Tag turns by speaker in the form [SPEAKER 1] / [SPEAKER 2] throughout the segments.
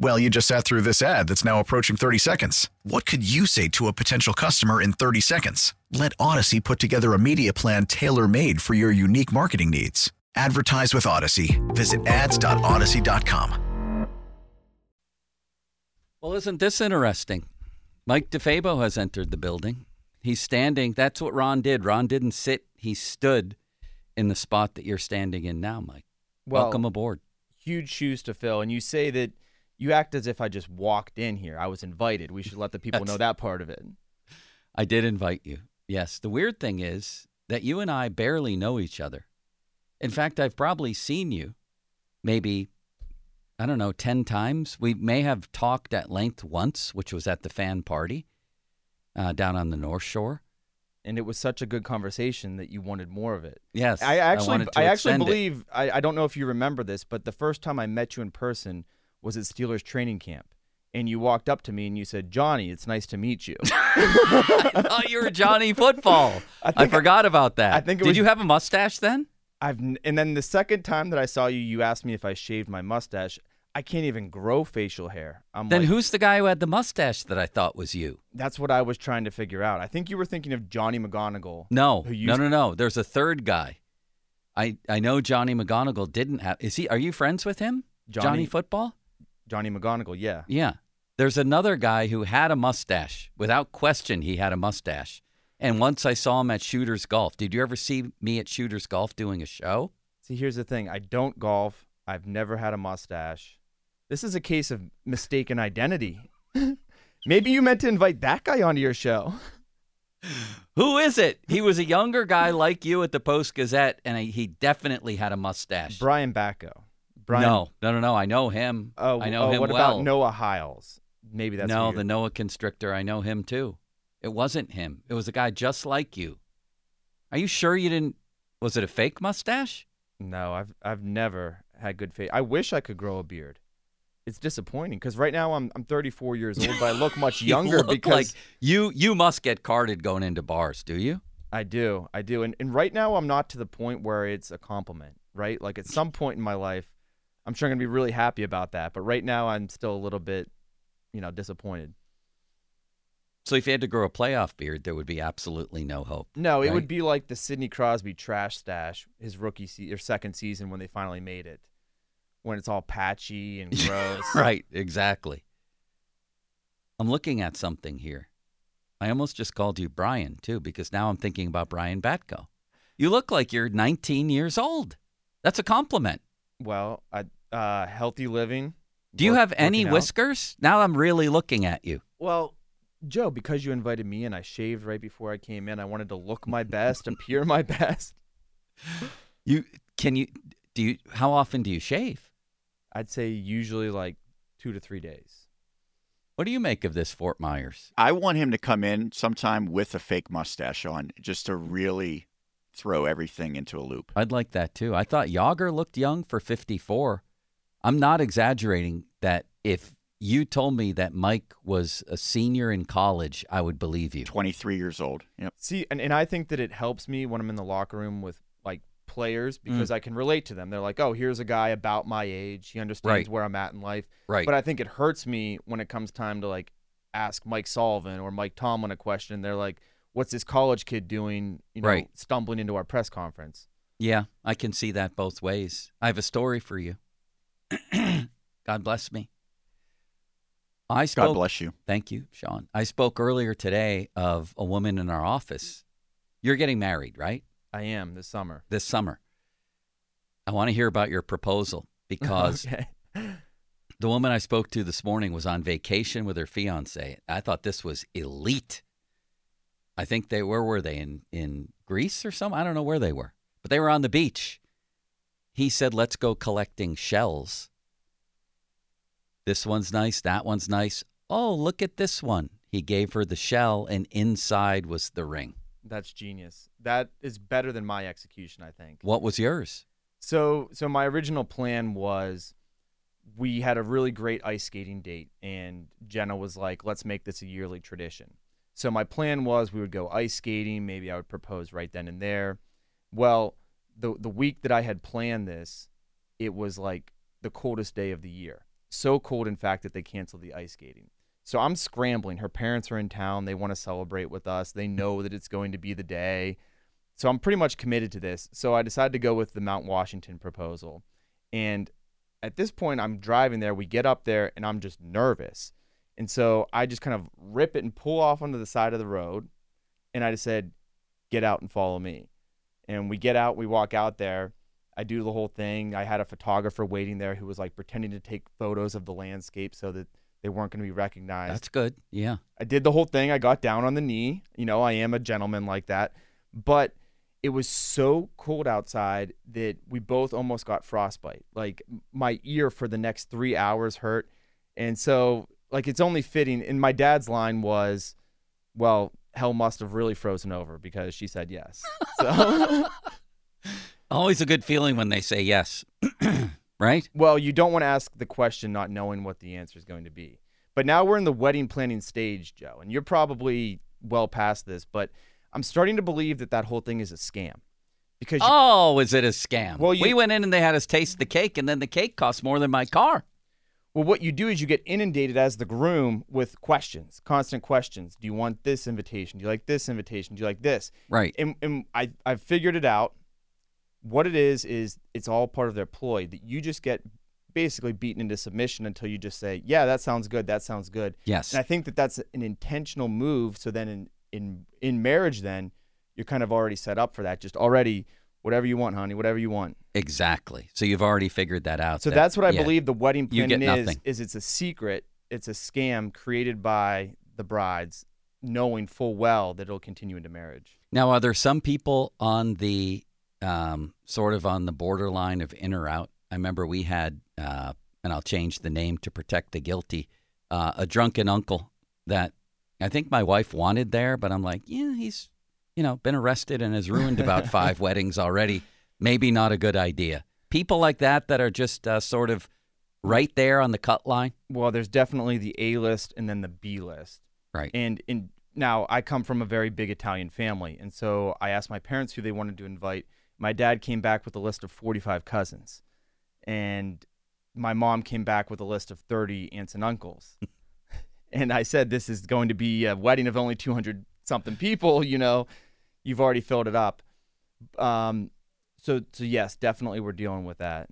[SPEAKER 1] Well, you just sat through this ad that's now approaching 30 seconds. What could you say to a potential customer in 30 seconds? Let Odyssey put together a media plan tailor made for your unique marketing needs. Advertise with Odyssey. Visit ads.odyssey.com.
[SPEAKER 2] Well, isn't this interesting? Mike DeFabo has entered the building. He's standing. That's what Ron did. Ron didn't sit, he stood in the spot that you're standing in now, Mike.
[SPEAKER 3] Well,
[SPEAKER 2] Welcome aboard.
[SPEAKER 3] Huge shoes to fill, and you say that you act as if I just walked in here. I was invited. We should let the people know that part of it.
[SPEAKER 2] I did invite you. Yes. The weird thing is that you and I barely know each other. In fact, I've probably seen you maybe, I don't know, 10 times. We may have talked at length once, which was at the fan party uh, down on the North Shore.
[SPEAKER 3] And it was such a good conversation that you wanted more of it.
[SPEAKER 2] Yes.
[SPEAKER 3] I actually,
[SPEAKER 2] wanted to
[SPEAKER 3] I, actually
[SPEAKER 2] extend it.
[SPEAKER 3] believe I, I don't know if you remember this, but the first time I met you in person was at Steelers training camp, and you walked up to me and you said, "Johnny, it's nice to meet you."
[SPEAKER 2] I thought you were Oh, Johnny Football. I,
[SPEAKER 3] I think-
[SPEAKER 2] forgot about that.
[SPEAKER 3] I think it
[SPEAKER 2] Did
[SPEAKER 3] was-
[SPEAKER 2] you have a mustache then?
[SPEAKER 3] I've n- and then the second time that I saw you, you asked me if I shaved my mustache. I can't even grow facial hair. I'm
[SPEAKER 2] Then
[SPEAKER 3] like,
[SPEAKER 2] who's the guy who had the mustache that I thought was you?
[SPEAKER 3] That's what I was trying to figure out. I think you were thinking of Johnny McGonigal.
[SPEAKER 2] No,
[SPEAKER 3] who
[SPEAKER 2] no,
[SPEAKER 3] used-
[SPEAKER 2] no, no. There's a third guy. I I know Johnny McGonigal didn't have. Is he? Are you friends with him?
[SPEAKER 3] Johnny-
[SPEAKER 2] Football?
[SPEAKER 3] Johnny McGonigal. Yeah,
[SPEAKER 2] Yeah. There's another guy who had a mustache. Without question, he had a mustache. And once I saw him at Shooters Golf. Did you ever see me at Shooters Golf doing a show?
[SPEAKER 3] See, here's the thing. I don't golf. I've never had a mustache. This is a case of mistaken identity. Maybe you meant to invite that guy onto your show.
[SPEAKER 2] Who is it? He was a younger guy like you at the Post Gazette, and he definitely had a mustache.
[SPEAKER 3] Brian Bacco. Brian.
[SPEAKER 2] No, no, no, no. I know him.
[SPEAKER 3] Oh,
[SPEAKER 2] I know
[SPEAKER 3] oh,
[SPEAKER 2] him
[SPEAKER 3] what
[SPEAKER 2] well.
[SPEAKER 3] about Noah Hiles? Maybe that's
[SPEAKER 2] no,
[SPEAKER 3] who
[SPEAKER 2] the
[SPEAKER 3] you-
[SPEAKER 2] Noah Constrictor. I know him too. It wasn't him. It was a guy just like you. Are you sure you didn't? Was it a fake mustache?
[SPEAKER 3] No, I've I've never had good face. I wish I could grow a beard. It's disappointing because right now I'm I'm 34 years old, but I look much
[SPEAKER 2] You
[SPEAKER 3] younger
[SPEAKER 2] look
[SPEAKER 3] because
[SPEAKER 2] like you you must get carded going into bars, do you?
[SPEAKER 3] I do, I do, and and right now I'm not to the point where it's a compliment, right? Like at some point in my life, I'm sure I'm gonna be really happy about that, but right now I'm still a little bit, you know, disappointed.
[SPEAKER 2] So if you had to grow a playoff beard, there would be absolutely no hope.
[SPEAKER 3] No, it
[SPEAKER 2] right?
[SPEAKER 3] would be like the Sidney Crosby trash stash, his rookie se- or second season when they finally made it, when it's all patchy and gross.
[SPEAKER 2] right. Exactly. I'm looking at something here. I almost just called you Brian too, because now I'm thinking about Brian Batko. You look like you're 19 years old. That's a compliment.
[SPEAKER 3] Well, I, uh, healthy living.
[SPEAKER 2] Do you
[SPEAKER 3] work-
[SPEAKER 2] have any
[SPEAKER 3] working out.
[SPEAKER 2] whiskers? Now I'm really looking at you.
[SPEAKER 3] Well, Joe, because you invited me and I shaved right before I came in, I wanted to look my best, appear my best.
[SPEAKER 2] You can you do you how often do you shave?
[SPEAKER 3] I'd say usually like two to three days.
[SPEAKER 2] What do you make of this Fort Myers?
[SPEAKER 4] I want him to come in sometime with a fake mustache on, just to really throw everything into a loop.
[SPEAKER 2] I'd like that too. I thought Yager looked young for 54. I'm not exaggerating that if you told me that Mike was a senior in college, I would believe you.
[SPEAKER 4] 23 years old. Yep.
[SPEAKER 3] See, and, and I think that it helps me when I'm in the locker room with like players because I can relate to them. They're like, oh, here's a guy about my age. He understands
[SPEAKER 2] Right.
[SPEAKER 3] where I'm at in life.
[SPEAKER 2] Right.
[SPEAKER 3] But I think it hurts me when it comes time to like ask Mike Sullivan or Mike Tomlin a question. They're like, what's this college kid doing, you know,
[SPEAKER 2] Right.
[SPEAKER 3] stumbling into our press conference?
[SPEAKER 2] Yeah, I can see that both ways. I have a story for you. God bless me. I spoke,
[SPEAKER 4] God bless you.
[SPEAKER 2] Thank you, Sean. I spoke earlier today of a woman in our office. You're getting married, right?
[SPEAKER 3] I am this summer.
[SPEAKER 2] This summer. I want to hear about your proposal because
[SPEAKER 3] Okay.
[SPEAKER 2] The woman I spoke to this morning was on vacation with her fiance. I thought this was elite. I think they where were they in in Greece or something? I don't know where they were, but they were on the beach. He said, "Let's go collecting shells." This one's nice. That one's nice. Oh, look at this one. He gave her the shell, and inside was the ring.
[SPEAKER 3] That's genius. That is better than my execution, I think.
[SPEAKER 2] What was yours?
[SPEAKER 3] So so my original plan was we had a really great ice skating date and Jenna was like, "Let's make this a yearly tradition." So my plan was we would go ice skating, maybe I would propose right then and there. Well, the the week that I had planned this, it was like the coldest day of the year. So cold in fact that they canceled the ice skating. So I'm scrambling. Her parents are in town. They want to celebrate with us. They know that it's going to be the day. So I'm pretty much committed to this. So I decided to go with the Mount Washington proposal. And at this point, I'm driving there. We get up there and I'm just nervous. And so I just kind of rip it and pull off onto the side of the road. And I just said, get out and follow me. And we get out, we walk out there. I do the whole thing. I had a photographer waiting there who was like pretending to take photos of the landscape so that they weren't going to be recognized.
[SPEAKER 2] That's good. Yeah.
[SPEAKER 3] I did the whole thing. I got down on the knee. You know, I am a gentleman like that. But it was so cold outside that we both almost got frostbite. Like my ear for the next three hours hurt. And so, like, it's only fitting. And my dad's line was, well, hell must have really frozen over because she said yes. So,
[SPEAKER 2] Always a good feeling when they say yes, right?
[SPEAKER 3] well, you don't want to ask the question not knowing what the answer is going to be. But now we're in the wedding planning stage, Joe, and you're probably well past this, but I'm starting to believe that that whole thing is a scam. Because you-
[SPEAKER 2] Oh, is it a scam?
[SPEAKER 3] Well, you-
[SPEAKER 2] we went in and they had us taste the cake, and then the cake cost more than my car.
[SPEAKER 3] Well, what you do is you get inundated as the groom with questions, constant questions. Do you want this invitation? Do you like this invitation? Do you like this?
[SPEAKER 2] Right.
[SPEAKER 3] And, and I, I've figured it out. What it is, is it's all part of their ploy that you just get basically beaten into submission until you just say, yeah, that sounds good. That sounds good.
[SPEAKER 2] Yes.
[SPEAKER 3] And I think that that's an intentional move. So then in, in, in marriage, then you're kind of already set up for that. Just already whatever you want, honey, whatever you want.
[SPEAKER 2] Exactly. So you've already figured that out.
[SPEAKER 3] So
[SPEAKER 2] that-
[SPEAKER 3] that's what I
[SPEAKER 2] yeah.
[SPEAKER 3] believe the wedding
[SPEAKER 2] You get
[SPEAKER 3] planning is.
[SPEAKER 2] nothing.
[SPEAKER 3] Is it's a secret. It's a scam created by the brides, knowing full well that it'll continue into marriage.
[SPEAKER 2] Now, are there some people on the um, sort of on the borderline of in or out? I remember we had, uh, and I'll change the name to protect the guilty, uh, a drunken uncle that I think my wife wanted there, but I'm like, yeah, he's, you know, been arrested and has ruined about five weddings already. Maybe not a good idea. People like that that are just uh, sort of right there on the cut line.
[SPEAKER 3] Well, there's definitely the A list and then the B list.
[SPEAKER 2] Right.
[SPEAKER 3] And in now, I come from a very big Italian family, and so I asked my parents who they wanted to invite. My dad came back with a list of 45 cousins, and my mom came back with a list of 30 aunts and uncles. and I said, "This is going to be a wedding of only 200 something people. You know, you've already filled it up." Um, so, so yes, definitely, we're dealing with that.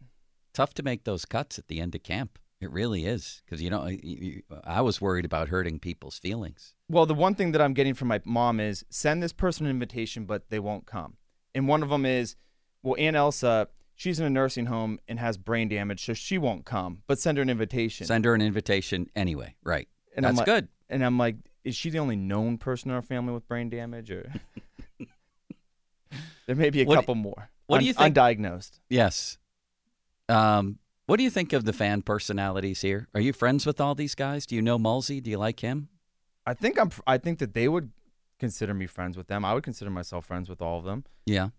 [SPEAKER 2] tough to make those cuts at the end of camp. It really is because you know you, you, I was worried about hurting people's feelings.
[SPEAKER 3] Well, the one thing that I'm getting from my mom is send this person an invitation, but they won't come. And one of them is, well, Aunt Elsa, she's in a nursing home and has brain damage, so she won't come, but send her an invitation.
[SPEAKER 2] Send her an invitation anyway, right?
[SPEAKER 3] and
[SPEAKER 2] That's
[SPEAKER 3] I'm like,
[SPEAKER 2] good.
[SPEAKER 3] And I'm like, is she the only known person in our family with brain damage? Or there may be a
[SPEAKER 2] What do-
[SPEAKER 3] couple more.
[SPEAKER 2] what do
[SPEAKER 3] un-
[SPEAKER 2] you think-
[SPEAKER 3] Undiagnosed.
[SPEAKER 2] Yes. Um, what do you think of the fan personalities here? Are you friends with all these guys? Do you know Mulsey? Do you like him?
[SPEAKER 3] I think I'm. I think that they would consider me friends with them. I would consider myself friends with all of them.
[SPEAKER 2] Yeah.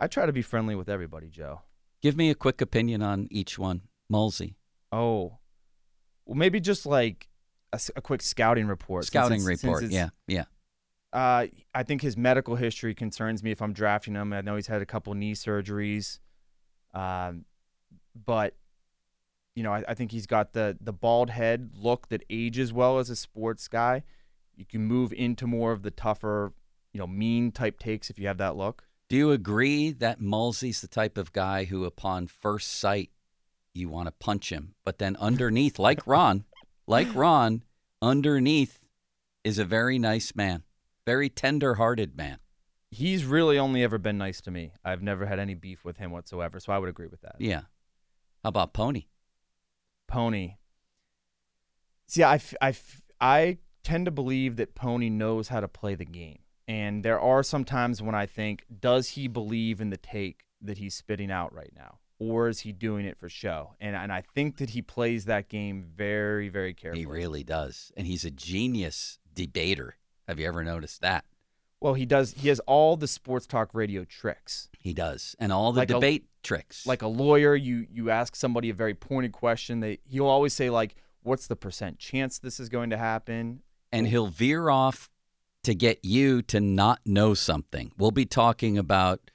[SPEAKER 3] I try to be friendly with everybody, Joe.
[SPEAKER 2] Give me a quick opinion on each one. Mulsey.
[SPEAKER 3] Oh, well, maybe just like a, s- a quick scouting report. since
[SPEAKER 2] Scouting
[SPEAKER 3] it's- since
[SPEAKER 2] report.
[SPEAKER 3] it's-
[SPEAKER 2] Yeah. Yeah.
[SPEAKER 3] Uh, I think his medical history concerns me if I'm drafting him. I know he's had a couple knee surgeries, um, but you know, I, I think he's got the the bald head look that ages well as a sports guy. You can move into more of the tougher, you know, mean type takes if you have that look.
[SPEAKER 2] Do you agree that Mulsey's the type of guy who, upon first sight, you want to punch him, but then underneath, like Ron, like Ron, underneath is a very nice man, very tender-hearted man.
[SPEAKER 3] He's really only ever been nice to me. I've never had any beef with him whatsoever, so I would agree with that.
[SPEAKER 2] Yeah. How about Pony?
[SPEAKER 3] Pony. See, I, f- I, f- I tend to believe that Pony knows how to play the game. And there are some times when I think, does he believe in the take that he's spitting out right now? Or is he doing it for show? And, and I think that he plays that game very, very carefully.
[SPEAKER 2] He really does. And he's a genius debater. Have you ever noticed that?
[SPEAKER 3] Well, he does. He has all the sports talk radio tricks.
[SPEAKER 2] He does. And all the
[SPEAKER 3] Like a-
[SPEAKER 2] debate tricks.
[SPEAKER 3] Like a lawyer, you you ask somebody a very pointed question. They he'll always say like, "What's the percent chance this is going to happen?"
[SPEAKER 2] and he'll veer off to get you to not know something. We'll be talking about,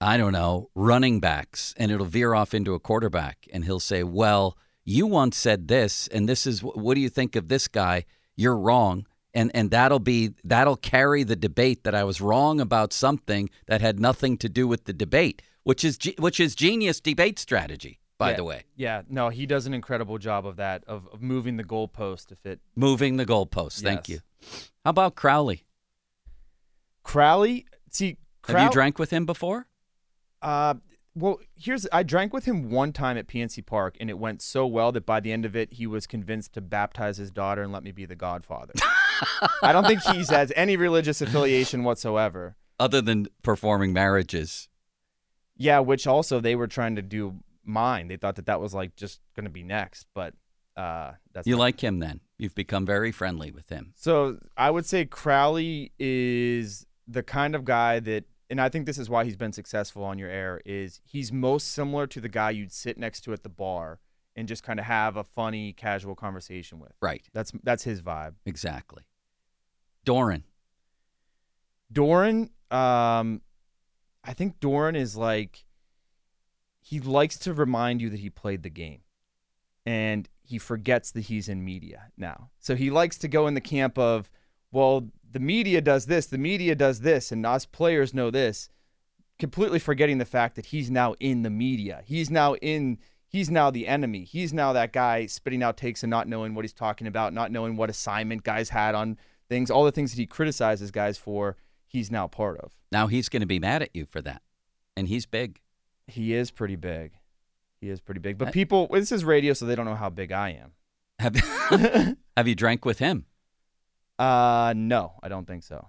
[SPEAKER 2] I don't know, running backs, and it'll veer off into a quarterback, and he'll say, "Well, you once said this, and this is what do you think of this guy? You're wrong." And, and that'll be that'll carry the debate that I was wrong about something that had nothing to do with the debate, which is ge- which is genius debate strategy, by
[SPEAKER 3] Yeah.
[SPEAKER 2] the way,
[SPEAKER 3] Yeah, no, he does an incredible job of that of, of moving the goalpost to fit
[SPEAKER 2] moving the goalposts. Thank you.
[SPEAKER 3] Yes.
[SPEAKER 2] How about Crowley?
[SPEAKER 3] Crowley. See, Crow-
[SPEAKER 2] Have you drank with him before?
[SPEAKER 3] Uh, well, here's I drank with him one time at PNC Park, and it went so well that by the end of it, he was convinced to baptize his daughter and let me be the godfather. I don't think he has any religious affiliation whatsoever.
[SPEAKER 2] other than performing marriages.
[SPEAKER 3] Yeah, which also they were trying to do mine. They thought that that was like just going to be next, but uh, that's
[SPEAKER 2] you
[SPEAKER 3] not-
[SPEAKER 2] like him then. You've become very friendly with him.
[SPEAKER 3] So I would say Crowley is the kind of guy that, and I think this is why he's been successful on your air, is he's most similar to the guy you'd sit next to at the bar and just kind of have a funny, casual conversation with.
[SPEAKER 2] Right.
[SPEAKER 3] That's that's his vibe.
[SPEAKER 2] Exactly. Doran.
[SPEAKER 3] Doran, um, I think Doran is like he likes to remind you that he played the game, and he forgets that he's in media now. So he likes to go in the camp of, well, the media does this, the media does this, and us players know this, completely forgetting the fact that he's now in the media. He's now in. He's now the enemy. He's now that guy spitting out takes and not knowing what he's talking about, not knowing what assignment guys had on things, all the things that he criticizes guys for, he's now part of.
[SPEAKER 2] Now he's going to be mad at you for that. And he's big.
[SPEAKER 3] He is pretty big. He is pretty big. But
[SPEAKER 2] I-
[SPEAKER 3] people, this is radio, so they don't know how big I am.
[SPEAKER 2] Have, have you drank with him?
[SPEAKER 3] Uh, no, I don't think so.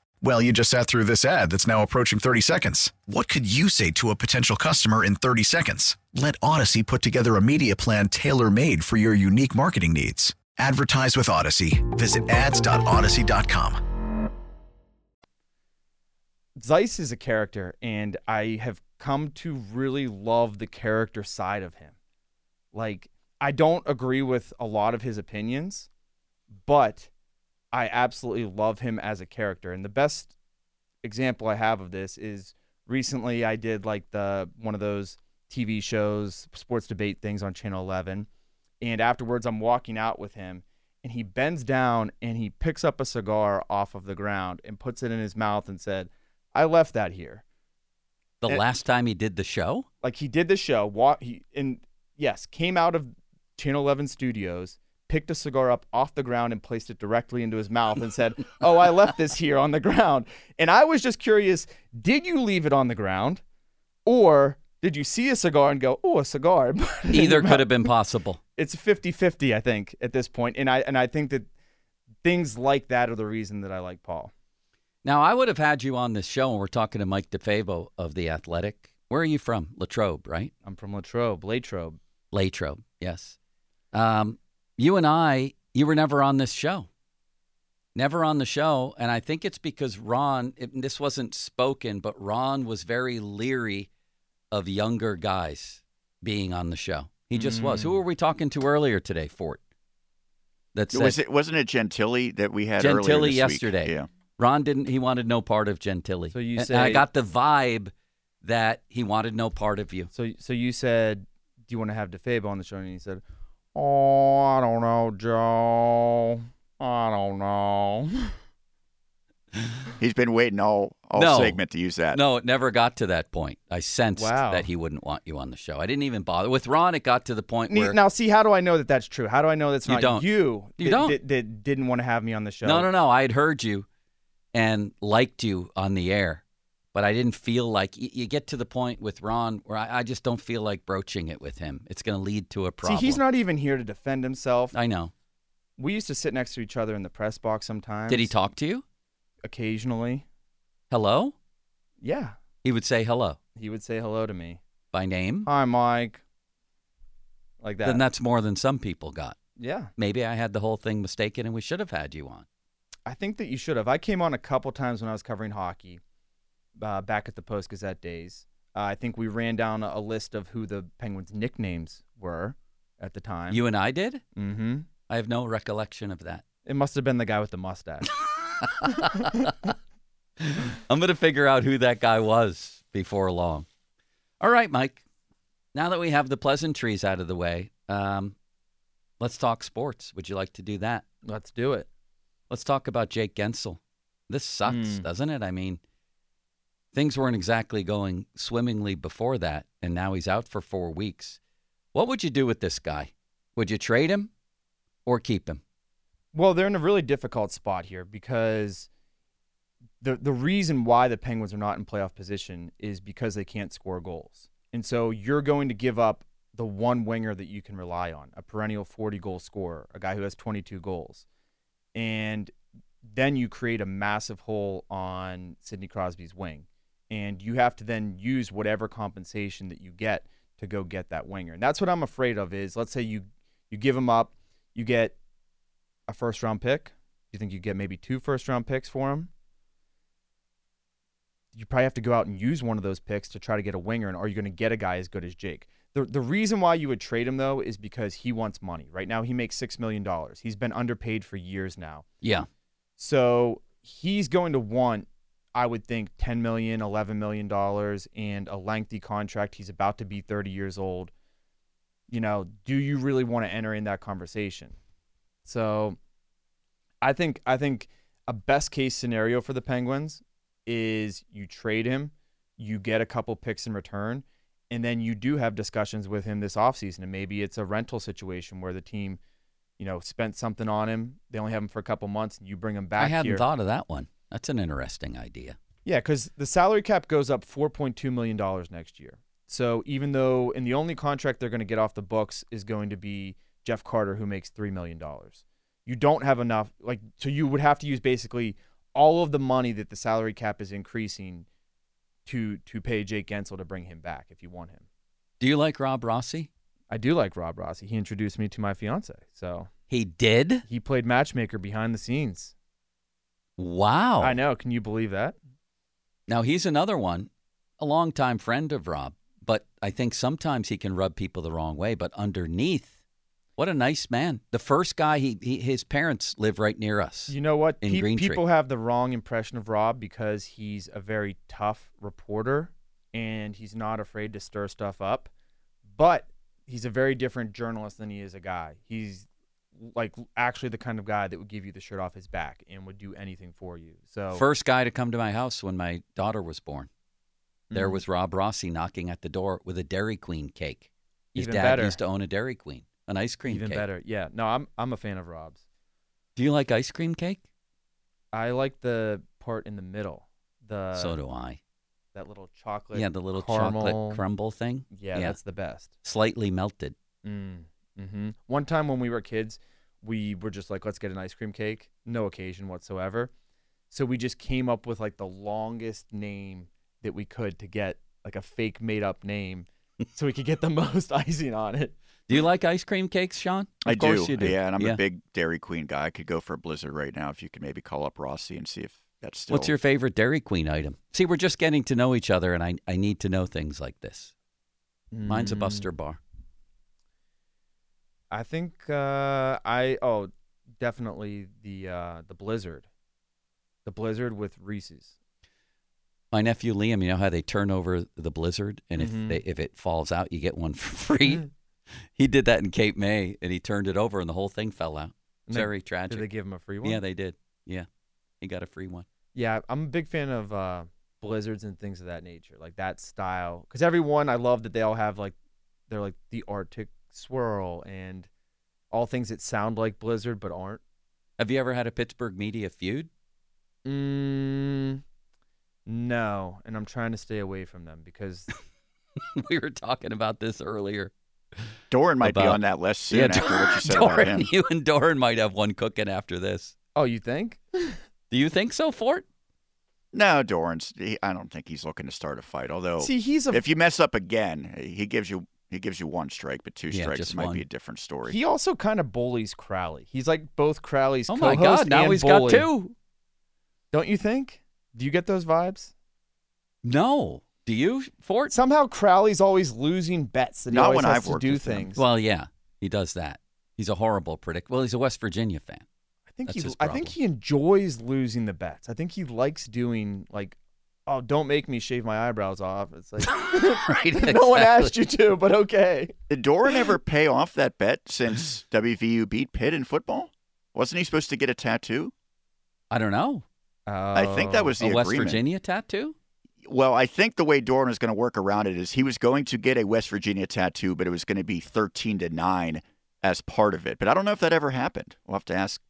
[SPEAKER 1] Well, you just sat through this ad that's now approaching 30 seconds. What could you say to a potential customer in 30 seconds? Let Odyssey put together a media plan tailor made for your unique marketing needs. Advertise with Odyssey. Visit ads.odyssey.com.
[SPEAKER 3] Zeiss is a character, and I have come to really love the character side of him. Like, I don't agree with a lot of his opinions, but I absolutely love him as a character. And the best example I have of this is recently I did like the one of those TV shows, sports debate things on Channel 11. And afterwards, I'm walking out with him, and he bends down and he picks up a cigar off of the ground and puts it in his mouth and said, I left that here.
[SPEAKER 2] The
[SPEAKER 3] Eh.
[SPEAKER 2] last time he did the show?
[SPEAKER 3] Like he did the show, wa- he and yes, came out of Channel 11 Studios, picked a cigar up off the ground and placed it directly into his mouth and said, "Oh, I left this here on the ground." And I was just curious, did you leave it on the ground or did you see a cigar and go, "Oh, a cigar"? and put it in your
[SPEAKER 2] Either
[SPEAKER 3] mouth?
[SPEAKER 2] could have been possible.
[SPEAKER 3] it's 50-50 I think at this point and I and I think that things like that are the reason that I like Paul.
[SPEAKER 2] Now, I would have had you on this show, and we're talking to Mike DeFavo of The Athletic. Where are you from? Latrobe, right?
[SPEAKER 3] I'm from Latrobe, Latrobe.
[SPEAKER 2] Latrobe, yes. Um, you and I, you were never on this show. Never on the show. And I think it's because Ron, it, this wasn't spoken, but Ron was very leery of younger guys being on the show. He just was.
[SPEAKER 4] Mm.
[SPEAKER 2] Who were we talking to earlier today, Fort? That said,
[SPEAKER 4] was it wasn't it Gentili that we had earlier
[SPEAKER 2] Gentili
[SPEAKER 4] this week?
[SPEAKER 2] yesterday.
[SPEAKER 4] Yeah,
[SPEAKER 2] Ron didn't. He wanted no part of Gentili.
[SPEAKER 3] So you
[SPEAKER 2] And- and I
[SPEAKER 3] say-
[SPEAKER 2] got the vibe that he wanted no part of you.
[SPEAKER 3] So so you said, do you want to have DeFabo on the show? And he said, oh, I don't know, Joe. I don't know.
[SPEAKER 4] he's been waiting all all
[SPEAKER 2] No.
[SPEAKER 4] segment to use that.
[SPEAKER 2] No, it never got to that point. I sensed
[SPEAKER 3] Wow.
[SPEAKER 2] that he wouldn't want you on the show. I didn't even bother with Ron. It got to the point
[SPEAKER 3] Ne-
[SPEAKER 2] where
[SPEAKER 3] Now, see, how do I know that that's true? How do I know that's
[SPEAKER 2] You
[SPEAKER 3] not
[SPEAKER 2] don't.
[SPEAKER 3] you?
[SPEAKER 2] You
[SPEAKER 3] that,
[SPEAKER 2] don't.
[SPEAKER 3] That, that didn't want to have me on the show.
[SPEAKER 2] No, no, no. I had heard you and liked you on the air, but I didn't feel like y- you get to the point with Ron where I, I just don't feel like broaching it with him. It's going to lead to a problem.
[SPEAKER 3] See, he's not even here to defend himself.
[SPEAKER 2] I know.
[SPEAKER 3] we used to sit next to each other in the press box sometimes.
[SPEAKER 2] Did he talk to you?
[SPEAKER 3] Occasionally.
[SPEAKER 2] Hello?
[SPEAKER 3] Yeah.
[SPEAKER 2] He would say hello
[SPEAKER 3] He would say hello to me.
[SPEAKER 2] by name.
[SPEAKER 3] Hi, Mike. Like that.
[SPEAKER 2] Then that's more than some people got.
[SPEAKER 3] yeah.
[SPEAKER 2] Maybe I had the whole thing mistaken and we should have had you on.
[SPEAKER 3] I think that you should have. I came on a couple times when I was covering hockey uh, back at the Post Gazette days. Uh, I think we ran down a, a list of who the Penguins' nicknames were at the time.
[SPEAKER 2] You and I did?
[SPEAKER 3] Mm-hmm.
[SPEAKER 2] I have no recollection of that.
[SPEAKER 3] It must have been the guy with the mustache.
[SPEAKER 2] I'm going to figure out who that guy was before long. All right, Mike. Now that we have the pleasantries out of the way, um, let's talk sports. Would you like to do that?
[SPEAKER 3] Let's do it.
[SPEAKER 2] Let's talk about Jake Gensel. This sucks,
[SPEAKER 3] Hmm.
[SPEAKER 2] doesn't it? I mean, things weren't exactly going swimmingly before that, and now he's out for four weeks. What would you do with this guy? Would you trade him or keep him?
[SPEAKER 3] Well, they're in a really difficult spot here because the the reason why the Penguins are not in playoff position is because they can't score goals. And so you're going to give up the one winger that you can rely on, a perennial 40 goal scorer, a guy who has 22 goals. And then you create a massive hole on Sidney Crosby's wing. And you have to then use whatever compensation that you get to go get that winger. And that's what I'm afraid of is let's say you you give him up, you get a first round pick. Do you think you get maybe two first round picks for him? You probably have to go out and use one of those picks to try to get a winger, and are you going to get a guy as good as Jake? The, the reason why you would trade him though is because he wants money. Right now he makes six million dollars. He's been underpaid for years now.
[SPEAKER 2] Yeah.
[SPEAKER 3] So he's going to want, I would think, ten million, eleven million dollars, and a lengthy contract. He's about to be thirty years old. You know, do you really want to enter in that conversation? So, I think I think a best case scenario for the Penguins is you trade him, you get a couple picks in return, and then you do have discussions with him this offseason. And maybe it's a rental situation where the team, you know, spent something on him. They only have him for a couple months, and you bring him back
[SPEAKER 2] I hadn't
[SPEAKER 3] here.
[SPEAKER 2] thought of that one. That's an interesting idea.
[SPEAKER 3] Yeah, because the salary cap goes up four point two million dollars next year. So even though, and the only contract they're going to get off the books is going to be Jeff Carter, who makes three million dollars. You don't have enough, like, so you would have to use basically all of the money that the salary cap is increasing to to pay Jake Gensel to bring him back if you want him.
[SPEAKER 2] Do you like Rob Rossi?
[SPEAKER 3] I do like Rob Rossi. He introduced me to my fiance, so
[SPEAKER 2] He did?
[SPEAKER 3] he played matchmaker behind the scenes.
[SPEAKER 2] Wow.
[SPEAKER 3] I know. Can you believe that?
[SPEAKER 2] Now, he's another one, a longtime friend of Rob, but I think sometimes he can rub people the wrong way. But underneath, what a nice man. The first guy, he, he his parents live right near us.
[SPEAKER 3] You know what?
[SPEAKER 2] in
[SPEAKER 3] Pe-
[SPEAKER 2] Green Tree.
[SPEAKER 3] people have the wrong impression of Rob because he's a very tough reporter and he's not afraid to stir stuff up. But he's a very different journalist than he is a guy. He's like actually the kind of guy that would give you the shirt off his back and would do anything for you. So
[SPEAKER 2] First guy to come to my house when my daughter was born. There
[SPEAKER 3] Mhm.
[SPEAKER 2] was Rob Rossi knocking at the door with a Dairy Queen cake. His
[SPEAKER 3] Even
[SPEAKER 2] dad
[SPEAKER 3] better.
[SPEAKER 2] used to own a Dairy Queen, an ice cream
[SPEAKER 3] even
[SPEAKER 2] cake.
[SPEAKER 3] better. Yeah. No, I'm I'm a fan of Rob's.
[SPEAKER 2] Do you like ice cream cake?
[SPEAKER 3] I like the part in the middle. The
[SPEAKER 2] so do I.
[SPEAKER 3] that little Uh, chocolate.
[SPEAKER 2] Yeah, the little
[SPEAKER 3] caramel-
[SPEAKER 2] chocolate crumble thing.
[SPEAKER 3] Yeah, that's the best.
[SPEAKER 2] slightly melted.
[SPEAKER 3] Mm, hmm One time when we were kids, we were just like, let's get an ice cream cake. No occasion whatsoever. So we just came up with like the longest name that we could to get like a fake made up name so we could get the most icing on it.
[SPEAKER 2] Do you like ice cream cakes, Sean?
[SPEAKER 4] I
[SPEAKER 2] of course
[SPEAKER 4] do.
[SPEAKER 2] you do.
[SPEAKER 4] Yeah, and I'm a big Dairy Queen guy. I could go for a blizzard right now if you could maybe call up Rossi and see if that's still.
[SPEAKER 2] What's your favorite Dairy Queen item? See, we're just getting to know each other, and I, I need to know things like this. Mine's a
[SPEAKER 3] Mm.
[SPEAKER 2] Buster Bar.
[SPEAKER 3] I think uh, I oh definitely the uh, the blizzard, the blizzard with Reese's.
[SPEAKER 2] My nephew Liam, you know how they turn over the blizzard, and
[SPEAKER 3] Mhm.
[SPEAKER 4] Mm-hmm.
[SPEAKER 2] if they, if it falls out, you get one for free. he did that in Cape May, and he turned it over, and the whole thing fell out.
[SPEAKER 3] And they-
[SPEAKER 2] Very tragic.
[SPEAKER 3] Did they give him a free one?
[SPEAKER 2] yeah, they did. Yeah, he got a free one.
[SPEAKER 3] Yeah, I'm a big fan of uh, blizzards and things of that nature, like that style. Because everyone, I love that they all have like, they're like the Arctic swirl and all things that sound like blizzard but aren't.
[SPEAKER 2] Have you ever had a Pittsburgh media feud?
[SPEAKER 3] Mm, no, and I'm trying to stay away from them because
[SPEAKER 2] we were talking about this earlier.
[SPEAKER 4] Doran might be
[SPEAKER 2] About-
[SPEAKER 4] on that list soon after what you said about
[SPEAKER 2] Doran,
[SPEAKER 4] him.
[SPEAKER 2] you and Doran might have one cooking after this.
[SPEAKER 3] oh, you think?
[SPEAKER 2] Do you think so, Fort?
[SPEAKER 4] No, Doran's. He, I don't think he's looking to start a fight. Although,
[SPEAKER 3] See, he's a
[SPEAKER 4] Oh, if you mess up again, he gives you he gives you one strike, but two
[SPEAKER 2] Yeah,
[SPEAKER 4] strikes
[SPEAKER 2] just
[SPEAKER 4] might
[SPEAKER 2] one.
[SPEAKER 4] be a different story.
[SPEAKER 3] he also kind of bullies Crowley. He's like both Crowley's
[SPEAKER 2] oh my
[SPEAKER 3] co-host
[SPEAKER 2] God! Now
[SPEAKER 3] and
[SPEAKER 2] he's got
[SPEAKER 3] bully.
[SPEAKER 2] two.
[SPEAKER 3] Don't you think? Do you get those vibes?
[SPEAKER 2] No, do you, Fort?
[SPEAKER 3] Somehow Crowley's always losing bets that he
[SPEAKER 4] Not
[SPEAKER 3] always
[SPEAKER 4] when
[SPEAKER 3] has
[SPEAKER 4] I've
[SPEAKER 3] to
[SPEAKER 4] worked
[SPEAKER 3] do
[SPEAKER 4] with him.
[SPEAKER 3] things.
[SPEAKER 2] Well, yeah, he does that. He's a horrible predict. Well, he's a West Virginia fan.
[SPEAKER 3] I think
[SPEAKER 2] That's
[SPEAKER 3] he
[SPEAKER 2] his
[SPEAKER 3] I think
[SPEAKER 2] problem.
[SPEAKER 3] he enjoys losing the bets. I think he likes doing like oh don't make me shave my eyebrows off. It's like
[SPEAKER 2] right?
[SPEAKER 3] no one asked you to, but okay.
[SPEAKER 4] Did Doran ever pay off that bet since WVU beat Pitt in football? Wasn't he supposed to get a tattoo?
[SPEAKER 2] I don't know.
[SPEAKER 4] I think
[SPEAKER 3] Oh.
[SPEAKER 4] that was
[SPEAKER 2] Oh, A
[SPEAKER 4] the
[SPEAKER 2] West
[SPEAKER 4] agreement.
[SPEAKER 2] Virginia tattoo?
[SPEAKER 4] Well, I think the way Doran was going to work around it is he was going to get a West Virginia tattoo, but it was going to be thirteen to nine as part of it. But I don't know if that ever happened. We'll have to ask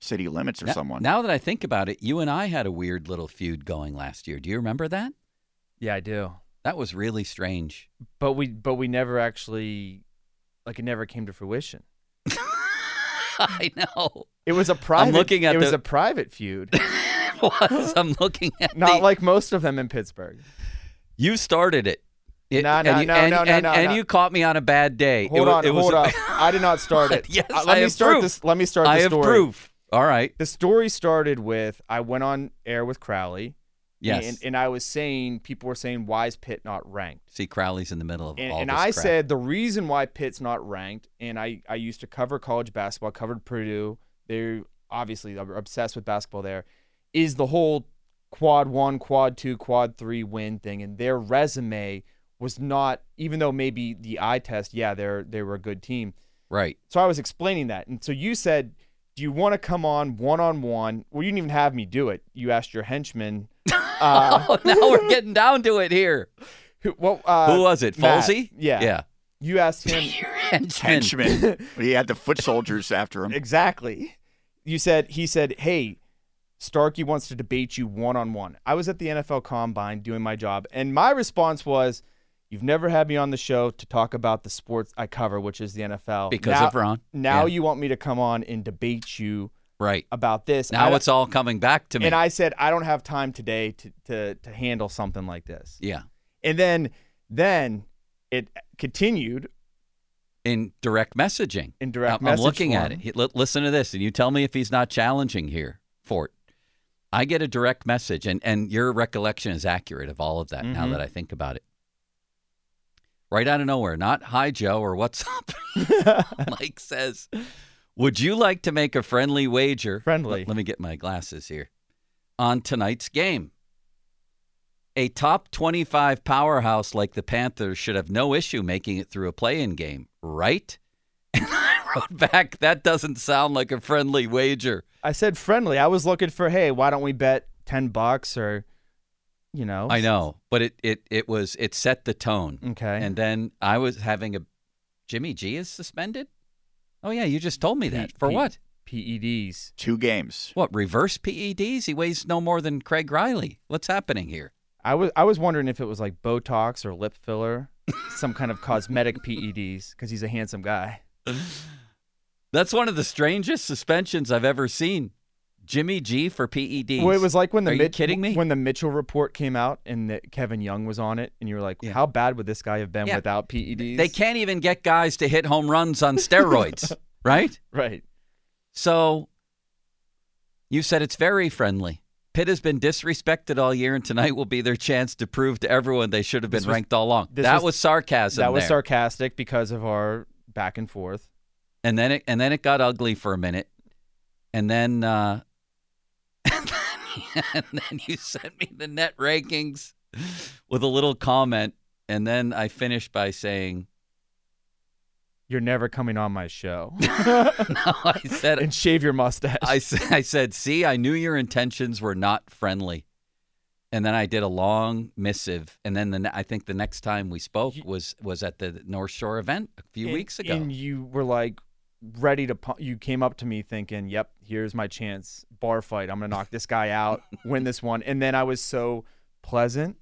[SPEAKER 4] City Limits or
[SPEAKER 2] Now-
[SPEAKER 4] someone.
[SPEAKER 2] Now that I think about it, you and I had a weird little feud going last year. Do you remember that?
[SPEAKER 3] Yeah, I do.
[SPEAKER 2] That was really strange.
[SPEAKER 3] But we but we never actually like it never came to fruition.
[SPEAKER 2] I know.
[SPEAKER 3] It was a private
[SPEAKER 2] looking at
[SPEAKER 3] it was
[SPEAKER 2] the-
[SPEAKER 3] a private feud.
[SPEAKER 2] It was. I'm looking at
[SPEAKER 3] Not
[SPEAKER 2] the-
[SPEAKER 3] like most of them in Pittsburgh.
[SPEAKER 2] you started it. It-
[SPEAKER 3] No, no,
[SPEAKER 2] and you,
[SPEAKER 3] no,
[SPEAKER 2] and,
[SPEAKER 3] no, no,
[SPEAKER 2] and,
[SPEAKER 3] no,
[SPEAKER 2] and
[SPEAKER 3] no.
[SPEAKER 2] you caught me on a bad day. It
[SPEAKER 3] Hold
[SPEAKER 2] wa-
[SPEAKER 3] on,
[SPEAKER 2] it was
[SPEAKER 3] hold
[SPEAKER 2] a-
[SPEAKER 3] up. I did not start it.
[SPEAKER 2] yes,
[SPEAKER 3] Uh, let
[SPEAKER 2] I
[SPEAKER 3] me
[SPEAKER 2] have
[SPEAKER 3] start
[SPEAKER 2] proof.
[SPEAKER 3] this let me start
[SPEAKER 2] I
[SPEAKER 3] the
[SPEAKER 2] have
[SPEAKER 3] story.
[SPEAKER 2] proof. All right.
[SPEAKER 3] The story started with I went on air with Crowley
[SPEAKER 2] Yes.
[SPEAKER 3] And, and I was saying, people were saying, why is Pitt not ranked?
[SPEAKER 2] See, Crowley's in the middle of
[SPEAKER 3] And,
[SPEAKER 2] all
[SPEAKER 3] and
[SPEAKER 2] this
[SPEAKER 3] I
[SPEAKER 2] crap.
[SPEAKER 3] said, the reason why Pitt's not ranked, and I, I used to cover college basketball, covered Purdue. They obviously are obsessed with basketball there, is the whole quad one, quad two, quad three win thing. And their resume was not, even though maybe the eye test, yeah, they're, they were a good team.
[SPEAKER 2] right.
[SPEAKER 3] So I was explaining that. And so you said, Do you want to come on one on one? Well, you didn't even have me do it. You asked your henchman. Uh,
[SPEAKER 2] Oh, now we're getting down to it here.
[SPEAKER 3] who, well, uh,
[SPEAKER 2] Who was it?
[SPEAKER 3] Matt.
[SPEAKER 2] Folsey?
[SPEAKER 3] Yeah.
[SPEAKER 2] Yeah.
[SPEAKER 3] You asked him.
[SPEAKER 2] Henchman.
[SPEAKER 4] Henchman. he had the foot soldiers after him.
[SPEAKER 3] exactly. You said, He said, Hey, Starkey wants to debate you one on one. I was at the NFL combine doing my job. And my response was, You've never had me on the show to talk about the sports I cover, which is the NFL.
[SPEAKER 2] Because
[SPEAKER 3] now,
[SPEAKER 2] of Ron.
[SPEAKER 3] Now
[SPEAKER 2] Yeah.
[SPEAKER 3] you want me to come on and debate you
[SPEAKER 2] Right.
[SPEAKER 3] about this. I
[SPEAKER 2] Now
[SPEAKER 3] don't-
[SPEAKER 2] it's all coming back to me.
[SPEAKER 3] And I said, I don't have time today to to to handle something like this.
[SPEAKER 2] yeah.
[SPEAKER 3] And then then it continued.
[SPEAKER 2] In direct messaging.
[SPEAKER 3] In direct
[SPEAKER 2] I'm-
[SPEAKER 3] message
[SPEAKER 2] I'm looking at
[SPEAKER 3] form.
[SPEAKER 2] it. He- li- listen to this, and you tell me if he's not challenging here, Fort. I get a direct message, and, and your recollection is accurate of all of that now
[SPEAKER 3] Mhm.
[SPEAKER 2] that I think about it. Right out of nowhere, not hi, Joe, or what's up. Mike says, Would you like to make a friendly wager?
[SPEAKER 3] Friendly.
[SPEAKER 2] Let, let me get my glasses here. On tonight's game. A top 25 powerhouse like the Panthers should have no issue making it through a play in game, right? And I wrote back, That doesn't sound like a friendly wager.
[SPEAKER 3] I said friendly. I was looking for, hey, why don't we bet ten bucks or you know
[SPEAKER 2] I know, but it, it, it was, it set the tone.
[SPEAKER 3] Okay.
[SPEAKER 2] And then I was having a, Jimmy G is suspended? Oh, yeah, you just told me
[SPEAKER 3] P-
[SPEAKER 2] that. For
[SPEAKER 3] P- E
[SPEAKER 2] what?
[SPEAKER 3] PEDs.
[SPEAKER 4] Two games.
[SPEAKER 2] What reverse PEDs? He weighs no more than Craig Riley. What's happening here?
[SPEAKER 3] I was I was wondering if it was like Botox or lip filler, some kind of cosmetic PEDs, because he's a handsome guy.
[SPEAKER 2] That's one of the strangest suspensions I've ever seen. Jimmy G for PEDs.
[SPEAKER 3] Well, it was like when the
[SPEAKER 2] Are you
[SPEAKER 3] Mitch-
[SPEAKER 2] kidding me?
[SPEAKER 3] when the Mitchell report came out and that Kevin Young was on it, and you were like,
[SPEAKER 2] Yeah.
[SPEAKER 3] how bad would this guy have been
[SPEAKER 2] Yeah.
[SPEAKER 3] without E PEDs?
[SPEAKER 2] they can't even get guys to hit home runs on steroids, right?
[SPEAKER 3] right.
[SPEAKER 2] So you said it's very friendly. Pitt has been disrespected all year, and tonight will be their chance to prove to everyone they should have been
[SPEAKER 3] This was-
[SPEAKER 2] ranked all along.
[SPEAKER 3] this
[SPEAKER 2] That was,
[SPEAKER 3] was-
[SPEAKER 2] sarcasm.
[SPEAKER 3] That was
[SPEAKER 2] there.
[SPEAKER 3] sarcastic because of our back and forth.
[SPEAKER 2] and then it and then it got ugly for a minute, and then uh, and then you sent me the net rankings with a little comment, and then I finished by saying,
[SPEAKER 3] You're never coming on my show.
[SPEAKER 2] "No, I said
[SPEAKER 3] and shave your mustache.
[SPEAKER 2] I, s- I said, see, I knew your intentions were not friendly. And then I did a long missive. And then the, ne- I think the next time we spoke
[SPEAKER 3] You-
[SPEAKER 2] was was at the North Shore event a few
[SPEAKER 3] And-
[SPEAKER 2] weeks ago.
[SPEAKER 3] And you were like ready to pu- you came up to me thinking, "Yep, here's my chance. Bar fight. I'm going to knock this guy out, win this one." And then I was so pleasant,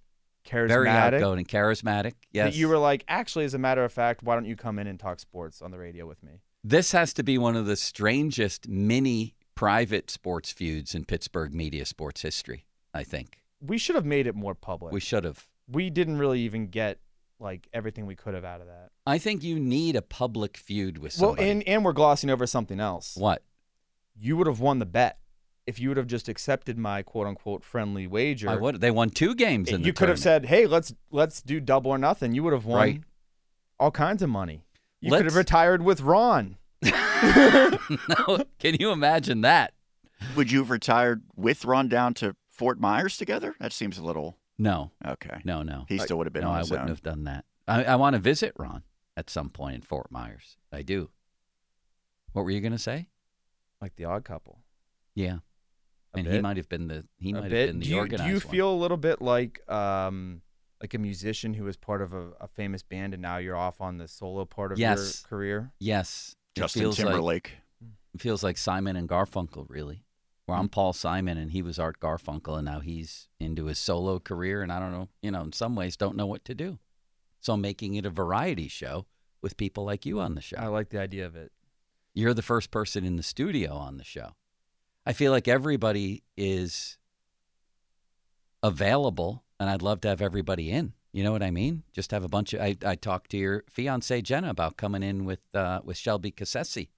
[SPEAKER 3] charismatic
[SPEAKER 2] Very outgoing and charismatic. Yes.
[SPEAKER 3] that you were like, "Actually, as a matter of fact, why don't you come in and talk sports on the radio with me?"
[SPEAKER 2] this has to be one of the strangest mini private sports feuds in Pittsburgh media sports history, I think.
[SPEAKER 3] We should have made it more public.
[SPEAKER 2] We should have.
[SPEAKER 3] we didn't really even get like everything we could have out of that.
[SPEAKER 2] I think you need a public feud with somebody.
[SPEAKER 3] Well, and and we're glossing over something else.
[SPEAKER 2] what?
[SPEAKER 3] You would have won the bet if you would have just accepted my quote unquote friendly wager.
[SPEAKER 2] I would, they won two games in the
[SPEAKER 3] you could have
[SPEAKER 2] tournament.
[SPEAKER 3] said, "Hey, let's let's do double or nothing." You would have won
[SPEAKER 2] Right.
[SPEAKER 3] all kinds of money. You could have
[SPEAKER 2] Let's-
[SPEAKER 3] retired with Ron.
[SPEAKER 2] no, can you imagine that?
[SPEAKER 4] Would you have retired with Ron down to Fort Myers together? That seems a little
[SPEAKER 2] No,
[SPEAKER 4] okay.
[SPEAKER 2] no, no.
[SPEAKER 4] He still would have been
[SPEAKER 2] no,
[SPEAKER 4] on
[SPEAKER 2] I
[SPEAKER 4] his
[SPEAKER 2] wouldn't
[SPEAKER 4] own.
[SPEAKER 2] have done that. I, I want to visit Ron at some point in Fort Myers. I do. What were you going to say?
[SPEAKER 3] Like the Odd Couple.
[SPEAKER 2] Yeah,
[SPEAKER 3] A
[SPEAKER 2] and he
[SPEAKER 3] bit.
[SPEAKER 2] might have been the he
[SPEAKER 3] A
[SPEAKER 2] might have
[SPEAKER 3] bit.
[SPEAKER 2] been the
[SPEAKER 3] do you,
[SPEAKER 2] organized
[SPEAKER 3] Do you
[SPEAKER 2] one.
[SPEAKER 3] feel a little bit like um like a musician who was part of a, a famous band and now you're off on the solo part of
[SPEAKER 2] Yes.
[SPEAKER 3] your career?
[SPEAKER 2] Yes, it
[SPEAKER 4] Justin
[SPEAKER 2] feels like-
[SPEAKER 4] Timberlake.
[SPEAKER 2] it feels like Simon and Garfunkel really. Where I'm Paul Simon and he was Art Garfunkel and now he's into his solo career and I don't know, you know, in some ways don't know what to do. So I'm making it a variety show with people like you on the show.
[SPEAKER 3] I like the idea of it.
[SPEAKER 2] you're the first person in the studio on the show. I feel like everybody is available, and I'd love to have everybody in. You know what I mean? Just have a bunch of. I, I talked to your fiance Jenna about coming in with uh, with Shelby Cassesi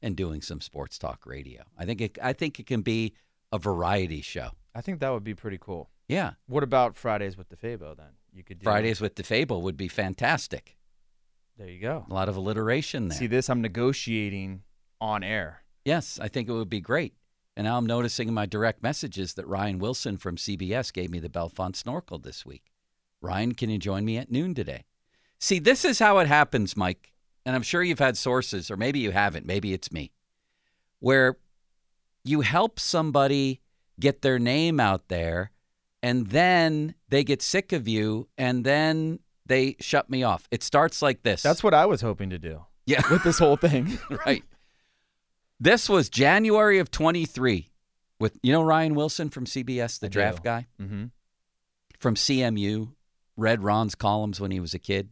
[SPEAKER 2] and doing some sports talk radio. I think it, I think it can be a variety show.
[SPEAKER 3] I think that would be pretty cool.
[SPEAKER 2] Yeah,
[SPEAKER 3] What about Fridays with the Fabo then? You could do
[SPEAKER 2] Fridays with DeFable would be fantastic.
[SPEAKER 3] There you go.
[SPEAKER 2] A lot of alliteration there.
[SPEAKER 3] See this I'm negotiating on air.
[SPEAKER 2] Yes, I think it would be great. And now I'm noticing in my direct messages that Ryan Wilson from CBS gave me the Belfont snorkel this week. Ryan, can you join me at noon today? See, this is how it happens, Mike. And I'm sure you've had sources, or maybe you haven't. Maybe it's me, where you help somebody get their name out there, and then they get sick of you, and then they shut me off. It starts like this.
[SPEAKER 3] That's what I was hoping to do
[SPEAKER 2] yeah.
[SPEAKER 3] with this whole thing.
[SPEAKER 2] right. This was January of 23 with, you know, Ryan Wilson from CBS, the
[SPEAKER 3] I
[SPEAKER 2] draft
[SPEAKER 3] do.
[SPEAKER 2] guy
[SPEAKER 3] Mm-hmm.
[SPEAKER 2] from CMU, read Ron's columns when he was a kid.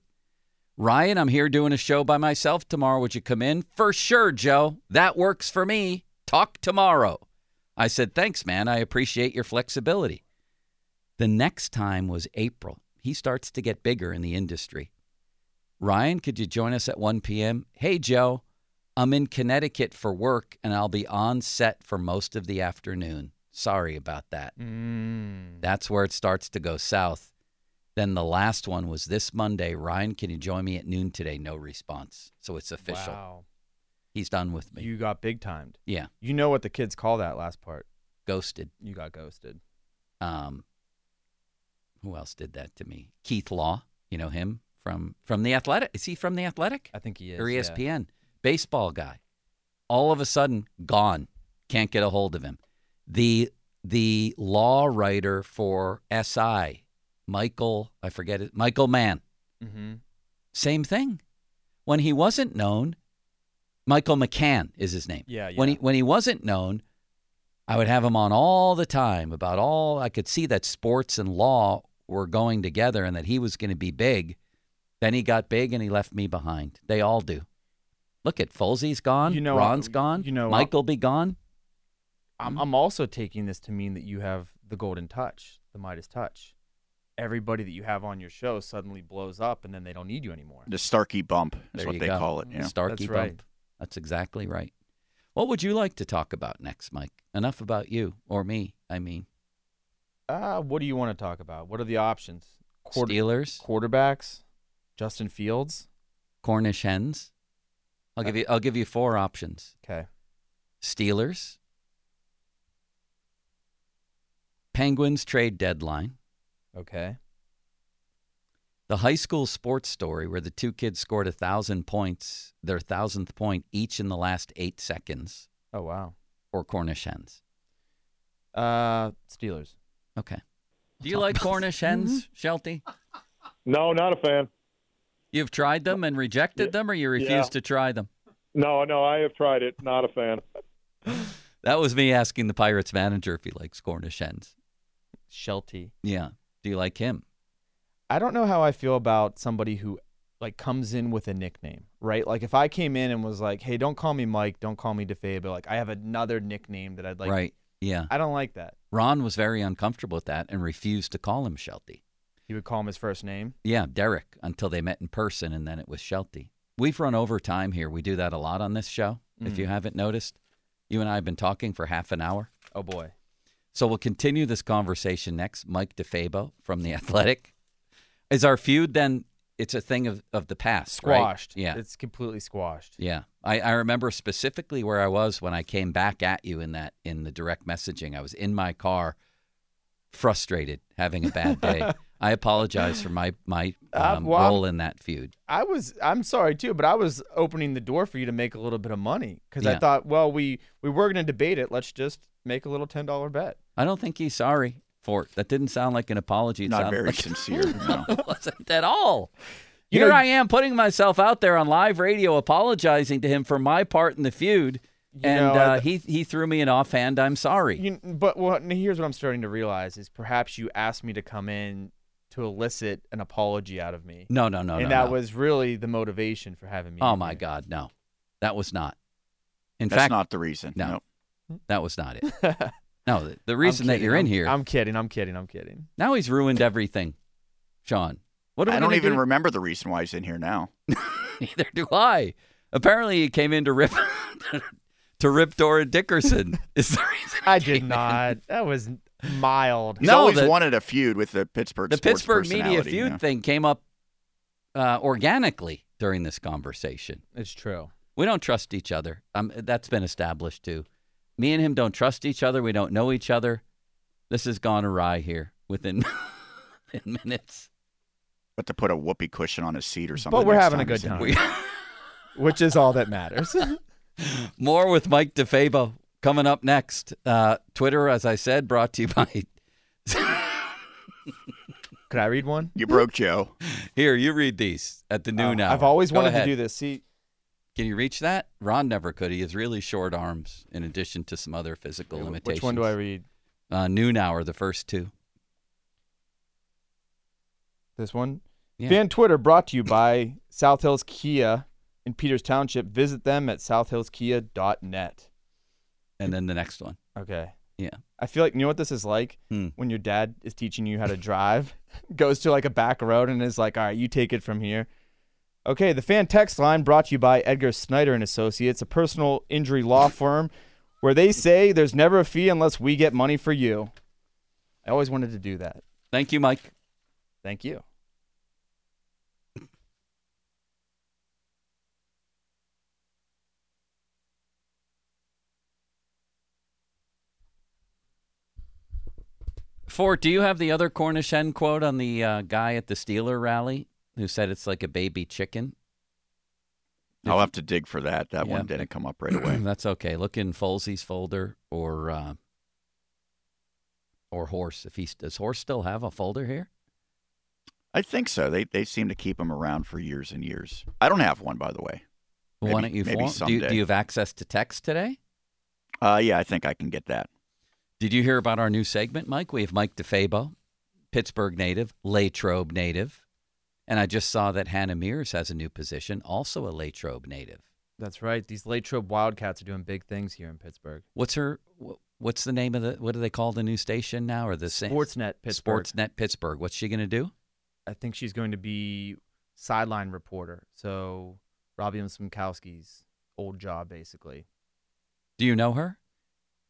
[SPEAKER 2] Ryan, I'm here doing a show by myself tomorrow. Would you come in? For sure, Joe. That works for me. Talk tomorrow. I said, thanks, man. I appreciate your flexibility. The next time was April. He starts to get bigger in the industry. Ryan, could you join us at 1 p.m.? Hey, Joe, I'm in Connecticut for work and I'll be on set for most of the afternoon. Sorry about that.
[SPEAKER 3] Mm.
[SPEAKER 2] That's where it starts to go south. Then the last one was this Monday. Ryan, can you join me at noon today? No response. So it's official.
[SPEAKER 3] Wow.
[SPEAKER 2] He's done with me.
[SPEAKER 3] You got big timed.
[SPEAKER 2] yeah,
[SPEAKER 3] You know what the kids call that last part.
[SPEAKER 2] ghosted.
[SPEAKER 3] You got ghosted.
[SPEAKER 2] Um, who else did that to me? Keith Law. You know him from from the Athletic. Is he from the Athletic
[SPEAKER 3] I think he is.
[SPEAKER 2] or E
[SPEAKER 3] yeah.
[SPEAKER 2] ESPN? Baseball guy. All of a sudden, gone. Can't get a hold of him. The the law writer for SI, Michael. I forget it. Michael Mann.
[SPEAKER 3] Mhm.
[SPEAKER 2] Same thing. When he wasn't known, Michael McCann is his name.
[SPEAKER 3] Yeah,
[SPEAKER 2] When he
[SPEAKER 3] yeah.
[SPEAKER 2] when he wasn't known, I would have him on all the time about all I could see that sports and law were going together and that he was going to be big. Then he got big and he left me behind. They all do. Look at Folsey's gone.
[SPEAKER 3] You know,
[SPEAKER 2] Ron's
[SPEAKER 3] uh,
[SPEAKER 2] gone.
[SPEAKER 3] you know, uh,
[SPEAKER 2] Michael be gone.
[SPEAKER 3] I'm, I'm also taking this to mean that you have the golden touch, the Midas touch. Everybody that you have on your show suddenly blows up, and then they don't need you anymore.
[SPEAKER 4] The Starkey bump is
[SPEAKER 2] There
[SPEAKER 4] what
[SPEAKER 2] you
[SPEAKER 4] they
[SPEAKER 2] go.
[SPEAKER 4] call it. Yeah.
[SPEAKER 2] Starkey
[SPEAKER 3] That's
[SPEAKER 2] bump.
[SPEAKER 3] right.
[SPEAKER 2] That's exactly right. What would you like to talk about next, Mike? Enough about you or me. I mean,
[SPEAKER 3] Uh, what do you want to talk about? What are the options?
[SPEAKER 2] Steelers.
[SPEAKER 3] Quarterbacks? Justin Fields?
[SPEAKER 2] Cornish hens. I'll give you. I'll give you four options:
[SPEAKER 3] Okay.
[SPEAKER 2] Steelers, Penguins trade deadline,
[SPEAKER 3] Okay.
[SPEAKER 2] the high school sports story where the two kids scored a thousand points, their thousandth point each in the last eight seconds,
[SPEAKER 3] Oh wow.
[SPEAKER 2] or Cornish hens.
[SPEAKER 3] Uh, Steelers.
[SPEAKER 2] Okay. Mm-hmm. Do you like Cornish hens, Shelty?
[SPEAKER 5] No, not a fan.
[SPEAKER 2] You've tried them and rejected them, or you refuse
[SPEAKER 5] yeah.
[SPEAKER 2] to try them?
[SPEAKER 5] No, no, I have tried it. Not a fan.
[SPEAKER 2] That was me asking the Pirates manager if he likes Cornish hens.
[SPEAKER 3] Shelty.
[SPEAKER 2] Yeah. Do you like him?
[SPEAKER 3] I don't know how I feel about somebody who like comes in with a nickname, right? Like if I came in and was like, "Hey, don't call me Mike, don't call me DeFabe, but like I have another nickname that I'd like."
[SPEAKER 2] right. Yeah.
[SPEAKER 3] I don't like that.
[SPEAKER 2] Ron was very uncomfortable with that and refused to call him Shelty.
[SPEAKER 3] He would call him his first name.
[SPEAKER 2] Yeah, Derek, until they met in person, and then it was Shelty. We've run over time here. We do that a lot on this show, if you haven't noticed. You and I have been talking for half an hour.
[SPEAKER 3] Oh boy.
[SPEAKER 2] So we'll continue this conversation next. Mike DeFabo from The Athletic. Is our feud then, it's a thing of, of the past, right?
[SPEAKER 3] Squashed.
[SPEAKER 2] Yeah.
[SPEAKER 3] It's completely squashed.
[SPEAKER 2] Yeah. I, I remember specifically where I was when I came back at you in that in the direct messaging. I was in my car frustrated, having a bad day. I apologize for my my
[SPEAKER 3] Uh,
[SPEAKER 2] um,
[SPEAKER 3] well, I'm-
[SPEAKER 2] role in that feud.
[SPEAKER 3] I was I'm sorry too, but I was opening the door for you to make a little bit of money cuz
[SPEAKER 2] Yeah.
[SPEAKER 3] I thought, well, we we were going to debate it. Let's just make a little $10 bet.
[SPEAKER 2] I don't think he's sorry for it. That didn't sound like an apology. It
[SPEAKER 4] Not
[SPEAKER 2] sounded
[SPEAKER 4] very
[SPEAKER 2] like-
[SPEAKER 4] sincere. No.
[SPEAKER 2] it wasn't at all.
[SPEAKER 3] You
[SPEAKER 2] Here
[SPEAKER 3] know-
[SPEAKER 2] I am putting myself out there on live radio, apologizing to him for my part in the feud, and
[SPEAKER 3] know,
[SPEAKER 2] uh,
[SPEAKER 3] I-
[SPEAKER 2] he he threw me an offhand. I'm sorry.
[SPEAKER 3] You, but what here's what I'm starting to realize is perhaps you asked me to come in to elicit an apology out of me.
[SPEAKER 2] no, no, no,
[SPEAKER 3] and
[SPEAKER 2] no.
[SPEAKER 3] that
[SPEAKER 2] no.
[SPEAKER 3] was really the motivation for having me.
[SPEAKER 2] Oh
[SPEAKER 3] in
[SPEAKER 2] my
[SPEAKER 3] here.
[SPEAKER 2] God, no, that was not. In
[SPEAKER 4] That's
[SPEAKER 2] fact,
[SPEAKER 4] not the reason.
[SPEAKER 2] No.
[SPEAKER 4] no.
[SPEAKER 2] that was not it. no, the, the
[SPEAKER 3] I'm
[SPEAKER 2] reason that
[SPEAKER 3] kidding,
[SPEAKER 2] you're in
[SPEAKER 3] I'm-
[SPEAKER 2] here
[SPEAKER 3] I'm kidding. I'm kidding. I'm kidding.
[SPEAKER 2] now he's ruined everything, Sean. What are we
[SPEAKER 4] I don't
[SPEAKER 2] gonna
[SPEAKER 4] even
[SPEAKER 2] do?
[SPEAKER 4] remember the reason why he's in here now.
[SPEAKER 2] Neither do I. Apparently, he came in to rip to rip Dora Dickerson. Is the reason he
[SPEAKER 3] I
[SPEAKER 2] came
[SPEAKER 3] did
[SPEAKER 2] in.
[SPEAKER 3] not. That was mild.
[SPEAKER 4] He's
[SPEAKER 2] No,
[SPEAKER 4] always
[SPEAKER 2] the-
[SPEAKER 4] wanted a feud with the Pittsburgh.
[SPEAKER 2] The
[SPEAKER 4] sports
[SPEAKER 2] Pittsburgh media
[SPEAKER 4] personality, you
[SPEAKER 2] feud
[SPEAKER 4] know?
[SPEAKER 2] thing came up uh, organically during this conversation.
[SPEAKER 3] It's true.
[SPEAKER 2] We don't trust each other. Um, that's been established too. Me and him don't trust each other. We don't know each other. This has gone awry here within, within minutes.
[SPEAKER 4] But to put a whoopee cushion on his seat or something.
[SPEAKER 3] we're
[SPEAKER 4] next
[SPEAKER 3] having a
[SPEAKER 4] time he's
[SPEAKER 3] good
[SPEAKER 4] in
[SPEAKER 3] time.
[SPEAKER 4] here.
[SPEAKER 2] We,
[SPEAKER 3] Which is all that matters.
[SPEAKER 2] more with Mike DeFabo coming up next. Uh, Twitter, as I said, brought to you by.
[SPEAKER 3] Could I read one?
[SPEAKER 4] You broke Joe.
[SPEAKER 2] Here, you read these at the noon
[SPEAKER 3] Oh,
[SPEAKER 2] hour.
[SPEAKER 3] I've always
[SPEAKER 2] Go
[SPEAKER 3] wanted
[SPEAKER 2] ahead.
[SPEAKER 3] to do this. See,
[SPEAKER 2] Can you reach that? Ron never could. He has really short arms, in addition to some other physical limitations.
[SPEAKER 3] which one do I read?
[SPEAKER 2] Uh, noon hour, the first two.
[SPEAKER 3] This one.
[SPEAKER 2] Yeah.
[SPEAKER 3] Fan Twitter brought to you by South Hills Kia in Peters Township. Visit them at southhillskia.net.
[SPEAKER 2] and then the next one.
[SPEAKER 3] Okay.
[SPEAKER 2] Yeah.
[SPEAKER 3] I feel like you know what this is like
[SPEAKER 2] Hmm.
[SPEAKER 3] when your dad is teaching you how to drive, goes to like a back road and is like, "All right, you take it from here." Okay, the fan text line brought to you by Edgar Snyder and Associates, a personal injury law firm where they say there's never a fee unless we get money for you. I always wanted to do that.
[SPEAKER 2] Thank you, Mike.
[SPEAKER 3] Thank you.
[SPEAKER 2] Fort, do you have the other Cornish hen quote on the uh, guy at the Steeler rally who said it's like a baby chicken?
[SPEAKER 4] I'll have to dig for that. That
[SPEAKER 2] Yeah.
[SPEAKER 4] one didn't come up right away.
[SPEAKER 2] That's okay. Look in Folsey's folder or uh, or horse. If he's does horse still have a folder here?
[SPEAKER 4] I think so. They they seem to keep him around for years and years. I don't have one, by the way.
[SPEAKER 2] Well, Why don't
[SPEAKER 4] Maybe-
[SPEAKER 2] you?
[SPEAKER 4] maybe
[SPEAKER 2] form- do, you do
[SPEAKER 4] someday.
[SPEAKER 2] you have access to text today?
[SPEAKER 4] Uh, yeah, I think I can get that.
[SPEAKER 2] Did you hear about our new segment, Mike? We have Mike DeFabo, Pittsburgh native, Latrobe native, and I just saw that Hannah Mears has a new position, also a Latrobe native.
[SPEAKER 3] That's right. These Latrobe Wildcats are doing big things here in Pittsburgh.
[SPEAKER 2] What's her? wh- What's the name of the? What do they call the new station now? Or the same?
[SPEAKER 3] Sportsnet Pittsburgh.
[SPEAKER 2] Sportsnet Pittsburgh. What's she gonna do?
[SPEAKER 3] I think she's going to be sideline reporter. So Robbie Smkowski's old job, basically.
[SPEAKER 2] Do you know her?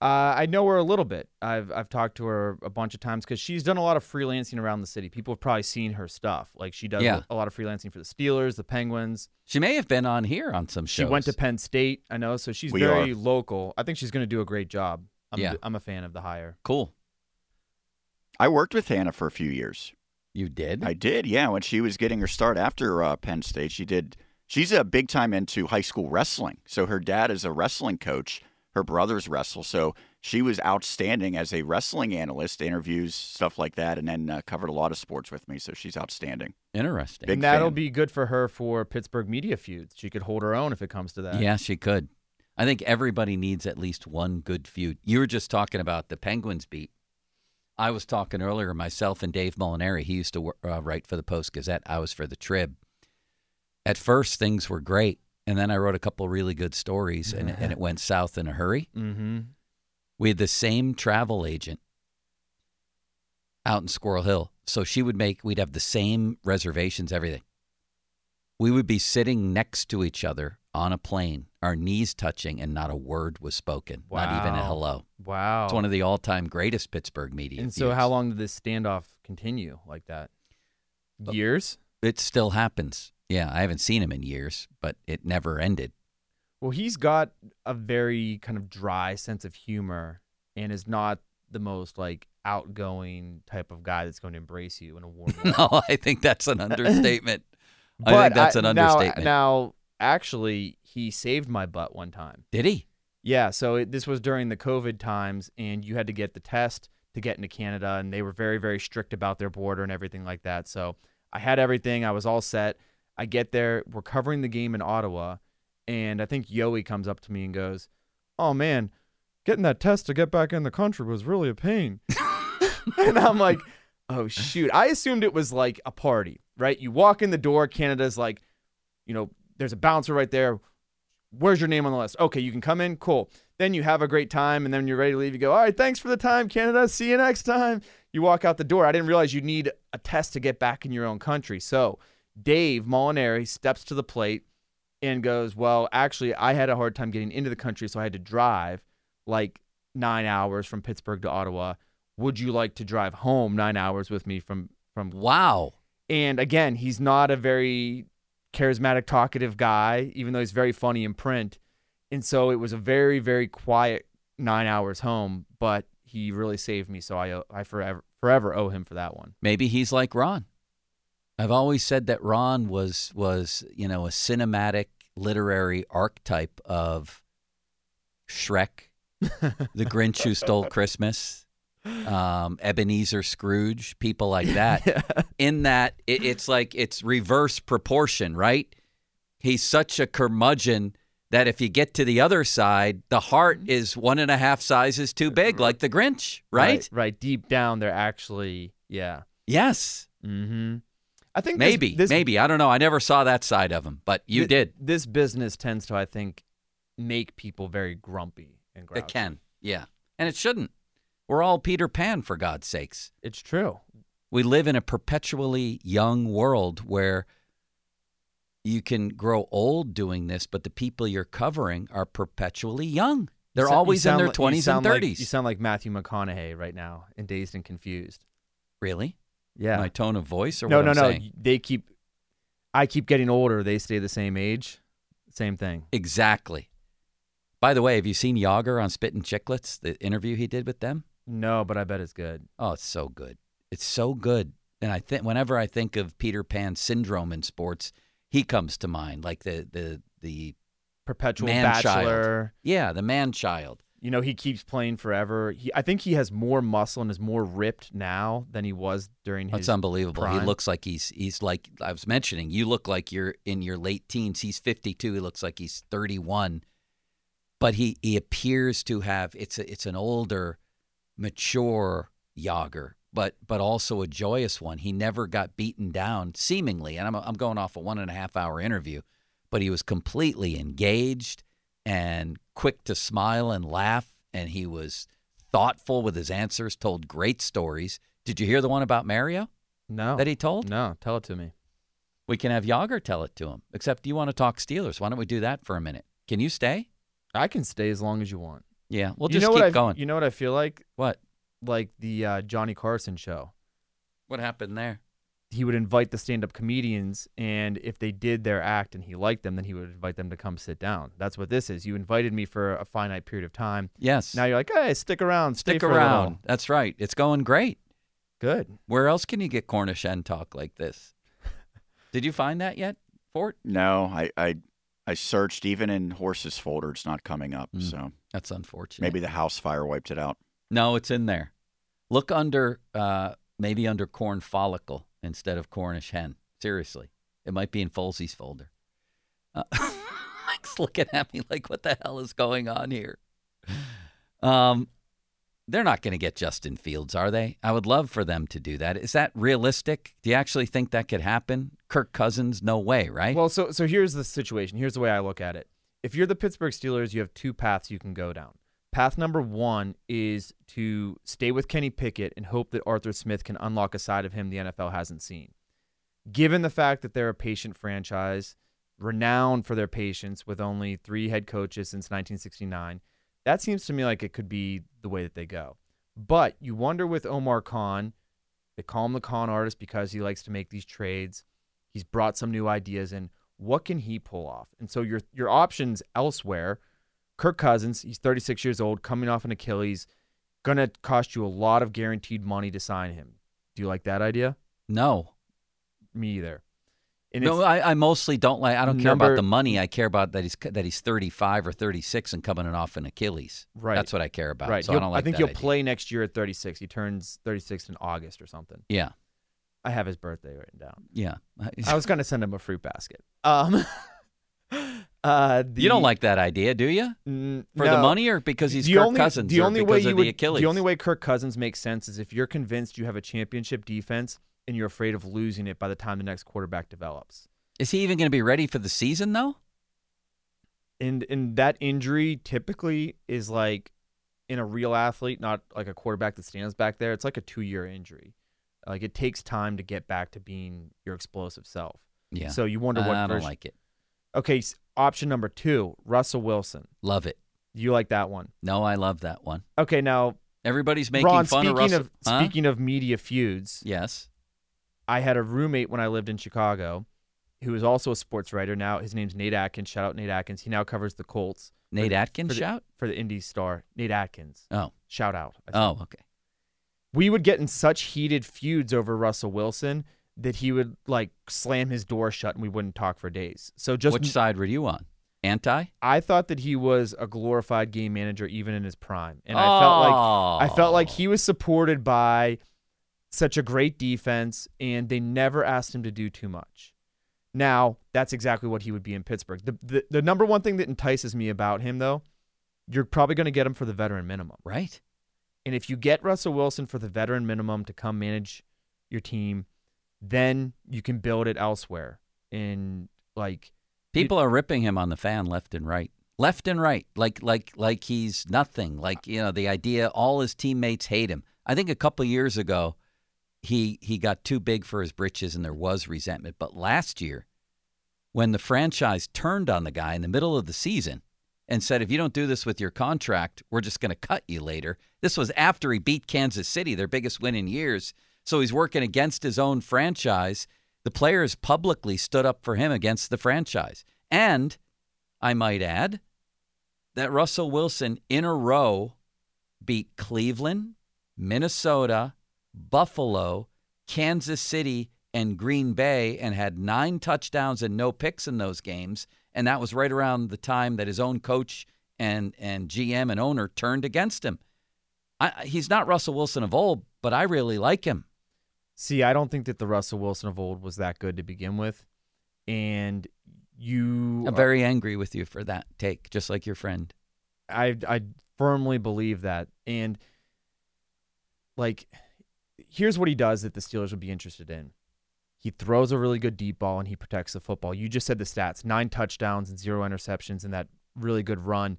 [SPEAKER 3] Uh, I know her a little bit. I've I've talked to her a bunch of times because she's done a lot of freelancing around the city. People have probably seen her stuff. Like she does
[SPEAKER 2] Yeah.
[SPEAKER 3] a lot of freelancing for the Steelers, the Penguins.
[SPEAKER 2] She may have been on here on some
[SPEAKER 3] She
[SPEAKER 2] shows.
[SPEAKER 3] went to Penn State, I know, so she's
[SPEAKER 4] We
[SPEAKER 3] very
[SPEAKER 4] are.
[SPEAKER 3] local. I think she's going to do a great job. I'm,
[SPEAKER 2] Yeah.
[SPEAKER 3] I'm a fan of the hire.
[SPEAKER 2] Cool.
[SPEAKER 4] I worked with Hannah for a few years.
[SPEAKER 2] You did?
[SPEAKER 4] I did, yeah. When she was getting her start after uh, Penn State, she did. She's a big time into high school wrestling. So her dad is a wrestling coach. Her brothers wrestle. So she was outstanding as a wrestling analyst, interviews, stuff like that, and then uh, covered a lot of sports with me. So she's outstanding.
[SPEAKER 2] Interesting.
[SPEAKER 4] Big
[SPEAKER 3] and that'll
[SPEAKER 4] fan.
[SPEAKER 3] be good for her for Pittsburgh media feuds. She could hold her own if it comes to that.
[SPEAKER 2] Yeah, she could. I think everybody needs at least one good feud. You were just talking about the Penguins beat. I was talking earlier, myself and Dave Molinari. He used to wor- uh, write for the Post Gazette. I was for the Trib. At first, things were great, and then I wrote a couple really good stories, and, it- and it went south in a hurry.
[SPEAKER 3] Mm-hmm.
[SPEAKER 2] We had the same travel agent out in Squirrel Hill, so she would make. We'd have the same reservations, everything. We would be sitting next to each other on a plane, our knees touching, and not a word was spoken, not even a
[SPEAKER 3] Wow.
[SPEAKER 2] hello.
[SPEAKER 3] Wow.
[SPEAKER 2] It's one of the all-time greatest Pittsburgh media.
[SPEAKER 3] and so,
[SPEAKER 2] feuds.
[SPEAKER 3] how long did this standoff continue like that? Uh, Years.
[SPEAKER 2] It still happens. Yeah, I haven't seen him in years, but it never ended.
[SPEAKER 3] Well, he's got a very kind of dry sense of humor, and is not the most like outgoing type of guy that's going to embrace you in a warm way.
[SPEAKER 2] no, I think that's an understatement. I
[SPEAKER 3] But
[SPEAKER 2] think that's an
[SPEAKER 3] I- now-
[SPEAKER 2] understatement.
[SPEAKER 3] Now, actually, he saved my butt one time.
[SPEAKER 2] Did he?
[SPEAKER 3] Yeah, so it, this was during the COVID times, and you had to get the test to get into Canada, and they were very, very strict about their border and everything like that. So I had everything, I was all set. I get there, we're covering the game in Ottawa, and I think Yoey comes up to me and goes, "Oh man, getting that test to get back in the country was really a pain." and I'm like, "Oh shoot!" I assumed it was like a party, right? You walk in the door, Canada's like, you know, there's a bouncer right there where's your name on the list? Okay, you can come in. Cool. Then you have a great time, and then when you're ready to leave, you go, all right, thanks for the time, Canada. See you next time. You walk out the door. I didn't realize you need a test to get back in your own country. So Dave Molinari steps to the plate and goes, well, actually, I had a hard time getting into the country, so I had to drive like nine hours from Pittsburgh to Ottawa. Would you like to drive home nine hours with me from from
[SPEAKER 2] Wow.
[SPEAKER 3] and again, he's not a very charismatic, talkative guy, even though he's very funny in print. And so it was a very, very quiet nine hours home, but he really saved me. So I, owe- I forever, forever owe him for that one.
[SPEAKER 2] Maybe he's like Ron. I've always said that Ron was was, you know, a cinematic literary archetype of Shrek, the Grinch who stole Christmas, um, Ebenezer Scrooge, people like that. In that it, it's like it's reverse proportion, right? He's such a curmudgeon that if you get to the other side, the heart is one and a half sizes too big, like the Grinch, right?
[SPEAKER 3] Right. Deep down, they're actually, yeah.
[SPEAKER 2] Yes.
[SPEAKER 3] Mm-hmm. I think this-
[SPEAKER 2] Maybe,
[SPEAKER 3] this,
[SPEAKER 2] maybe. I don't know. I never saw that side of him, but you
[SPEAKER 3] thi-
[SPEAKER 2] did.
[SPEAKER 3] This business tends to, I think, make people very grumpy and grouchy.
[SPEAKER 2] It can. Yeah. And it shouldn't. We're all Peter Pan, for God's sakes.
[SPEAKER 3] It's true.
[SPEAKER 2] We live in a perpetually young world where you can grow old doing this, but the people you're covering are perpetually young. They're
[SPEAKER 3] You sou- you
[SPEAKER 2] always in
[SPEAKER 3] sound
[SPEAKER 2] their
[SPEAKER 3] like- you
[SPEAKER 2] 20s and
[SPEAKER 3] sound like-
[SPEAKER 2] 30s.
[SPEAKER 3] you sound like Matthew McConaughey right now in Dazed and Confused.
[SPEAKER 2] really?
[SPEAKER 3] Yeah.
[SPEAKER 2] My tone of voice or
[SPEAKER 3] no,
[SPEAKER 2] what
[SPEAKER 3] no,
[SPEAKER 2] I'm
[SPEAKER 3] no.
[SPEAKER 2] saying?
[SPEAKER 3] They keep. I keep getting older. They stay the same age. Same thing.
[SPEAKER 2] Exactly. By the way, have you seen Yager on Spit and Chicklets, the interview he did with them?
[SPEAKER 3] No, but I bet it's good.
[SPEAKER 2] Oh, it's so good. It's so good. And I think whenever I think of Peter Pan syndrome in sports, he comes to mind, like the the the
[SPEAKER 3] Perpetual
[SPEAKER 2] man child.
[SPEAKER 3] bachelor.
[SPEAKER 2] Yeah, the man child.
[SPEAKER 3] You know, he keeps playing forever. He, I think he has more muscle and is more ripped now than he was during his.
[SPEAKER 2] That's unbelievable. He
[SPEAKER 3] prime.
[SPEAKER 2] looks like he's he's like I was mentioning. You look like you're in your late teens. He's 52. He looks like he's 31, but he he appears to have it's a, it's an older, mature Yager, but but also a joyous one. He never got beaten down, seemingly. And I'm I'm going off a one and a half hour interview, but he was completely engaged and quick to smile and laugh, and he was thoughtful with his answers. Told great stories. Did you hear the one about Mario?
[SPEAKER 3] No.
[SPEAKER 2] that he told?
[SPEAKER 3] No. Tell it to me.
[SPEAKER 2] We can have Yager tell it to him. Except you want to talk Steelers. Why don't we do that for a minute? Can you stay?
[SPEAKER 3] I can stay as long as you want.
[SPEAKER 2] Yeah, we'll
[SPEAKER 3] you
[SPEAKER 2] just
[SPEAKER 3] know
[SPEAKER 2] keep
[SPEAKER 3] what I,
[SPEAKER 2] going.
[SPEAKER 3] You know what I feel like?
[SPEAKER 2] what?
[SPEAKER 3] Like the uh, Johnny Carson show.
[SPEAKER 2] What happened there?
[SPEAKER 3] He would invite the stand-up comedians, and if they did their act and he liked them, then he would invite them to come sit down. That's what this is. You invited me for a finite period of time.
[SPEAKER 2] Yes.
[SPEAKER 3] Now you're like, hey, stick around, stay
[SPEAKER 2] stick
[SPEAKER 3] for a little."
[SPEAKER 2] around. That's right. It's going great.
[SPEAKER 3] Good.
[SPEAKER 2] Where else can you get Cornish end talk like this? Did you find that yet, Fort?
[SPEAKER 4] No, I, I I searched even in horses folder. It's not coming up.
[SPEAKER 2] Mm.
[SPEAKER 4] So
[SPEAKER 2] That's unfortunate.
[SPEAKER 4] maybe the house fire wiped it out.
[SPEAKER 2] No, it's in there. Look under, uh, maybe under corn follicle instead of Cornish hen. Seriously, it might be in Folsey's folder. Uh, Mike's looking at me like, what the hell is going on here? Um, they're not going to get Justin Fields, are they? I would love for them to do that. Is that realistic? Do you actually think that could happen? Kirk Cousins, no way, right?
[SPEAKER 3] Well, so so here's the situation. Here's the way I look at it. If you're the Pittsburgh Steelers, you have two paths you can go down. Path number one is to stay with Kenny Pickett and hope that Arthur Smith can unlock a side of him the NFL hasn't seen. Given the fact that they're a patient franchise, renowned for their patience with only three head coaches since 1969, that seems to me like it could be the way that they go. But you wonder with Omar Khan, they call him the con artist because he likes to make these trades. He's brought some new ideas in. What can he pull off? And so your your options elsewhere, Kirk Cousins, he's 36 years old, coming off an Achilles, gonna cost you a lot of guaranteed money to sign him. Do you like that idea?
[SPEAKER 2] no.
[SPEAKER 3] Me either. And
[SPEAKER 2] No,
[SPEAKER 3] it's-
[SPEAKER 2] I, I mostly don't like. I don't care about
[SPEAKER 3] Number-
[SPEAKER 2] the money. I care about that he's that he's 35 or 36 and coming off an Achilles.
[SPEAKER 3] Right.
[SPEAKER 2] That's what I care about.
[SPEAKER 3] right.
[SPEAKER 2] So I
[SPEAKER 3] You'll-
[SPEAKER 2] don't like.
[SPEAKER 3] think
[SPEAKER 2] that
[SPEAKER 3] you'll
[SPEAKER 2] idea.
[SPEAKER 3] play next year at 36. He turns 36 in August or something.
[SPEAKER 2] Yeah.
[SPEAKER 3] I have his birthday written down.
[SPEAKER 2] Yeah.
[SPEAKER 3] I was gonna send him a fruit basket. Um, uh,
[SPEAKER 2] you don't
[SPEAKER 3] the-
[SPEAKER 2] like that idea, do you?
[SPEAKER 3] Mm,
[SPEAKER 2] For the
[SPEAKER 3] no.
[SPEAKER 2] money or because he's
[SPEAKER 3] the
[SPEAKER 2] Kirk
[SPEAKER 3] only,
[SPEAKER 2] Cousins
[SPEAKER 3] the
[SPEAKER 2] or
[SPEAKER 3] only
[SPEAKER 2] because
[SPEAKER 3] way
[SPEAKER 2] of
[SPEAKER 3] you
[SPEAKER 2] the
[SPEAKER 3] would,
[SPEAKER 2] Achilles?
[SPEAKER 3] The only way Kirk Cousins makes sense is if you're convinced you have a championship defense and you're afraid of losing it by the time the next quarterback develops.
[SPEAKER 2] Is he even going to be ready for the season though?
[SPEAKER 3] And and that injury typically is like in a real athlete, not like a quarterback that stands back there. It's like a two year injury. Like it takes time to get back to being your explosive self.
[SPEAKER 2] Yeah.
[SPEAKER 3] So you wonder what
[SPEAKER 2] I don't
[SPEAKER 3] version-
[SPEAKER 2] like it.
[SPEAKER 3] Okay, s- option number two, Russell Wilson.
[SPEAKER 2] Love it.
[SPEAKER 3] You like that one?
[SPEAKER 2] No, I love that one.
[SPEAKER 3] Okay, now
[SPEAKER 2] Everybody's making
[SPEAKER 3] Ron.
[SPEAKER 2] fun
[SPEAKER 3] speaking
[SPEAKER 2] of Russell. Huh?
[SPEAKER 3] speaking of media feuds,
[SPEAKER 2] yes.
[SPEAKER 3] I had a roommate when I lived in Chicago who is also a sports writer now. His name's Nate Atkins. Shout out Nate Atkins. He now covers the Colts.
[SPEAKER 2] Nate Atkins
[SPEAKER 3] for the,
[SPEAKER 2] shout.
[SPEAKER 3] For the Indy Star. Nate Atkins.
[SPEAKER 2] Oh.
[SPEAKER 3] Shout out. I
[SPEAKER 2] Oh,
[SPEAKER 3] think.
[SPEAKER 2] okay.
[SPEAKER 3] We would get in such heated feuds over Russell Wilson that he would like slam his door shut and we wouldn't talk for days. So just
[SPEAKER 2] Which side were you on? Anti?
[SPEAKER 3] I thought that he was a glorified game manager even in his prime. And I felt like I felt like
[SPEAKER 2] Oh.
[SPEAKER 3] he was supported by such a great defense and they never asked him to do too much. Now, that's exactly what he would be in Pittsburgh. The the, the number one thing that entices me about him though, you're probably going to get him for the veteran minimum.
[SPEAKER 2] Right.
[SPEAKER 3] And if you get Russell Wilson for the veteran minimum to come manage your team, then you can build it elsewhere. And like
[SPEAKER 2] People are ripping him on the fan left and right. Left and right. Like like like he's nothing. Like, you know, the idea all his teammates hate him. I think a couple years ago he he got too big for his britches and there was resentment. But last year, when the franchise turned on the guy in the middle of the season and said, if you don't do this with your contract, we're just going to cut you later. This was after he beat Kansas City, their biggest win in years. So he's working against his own franchise. The players publicly stood up for him against the franchise. And I might add that Russell Wilson in a row beat Cleveland, Minnesota, Buffalo, Kansas City, and Green Bay and had nine touchdowns and no picks in those games. And that was right around the time that his own coach and, and GM and owner turned against him. I, I- he's not Russell Wilson of old, but I really like him.
[SPEAKER 3] See, I don't think that the Russell Wilson of old was that good to begin with, and you.
[SPEAKER 2] I'm very angry with you for that take, just like your friend.
[SPEAKER 3] uh, I I firmly believe that, and like, here's what he does that the Steelers would be interested in. He throws a really good deep ball and he protects the football. You just said the stats: nine touchdowns and zero interceptions, and that really good run.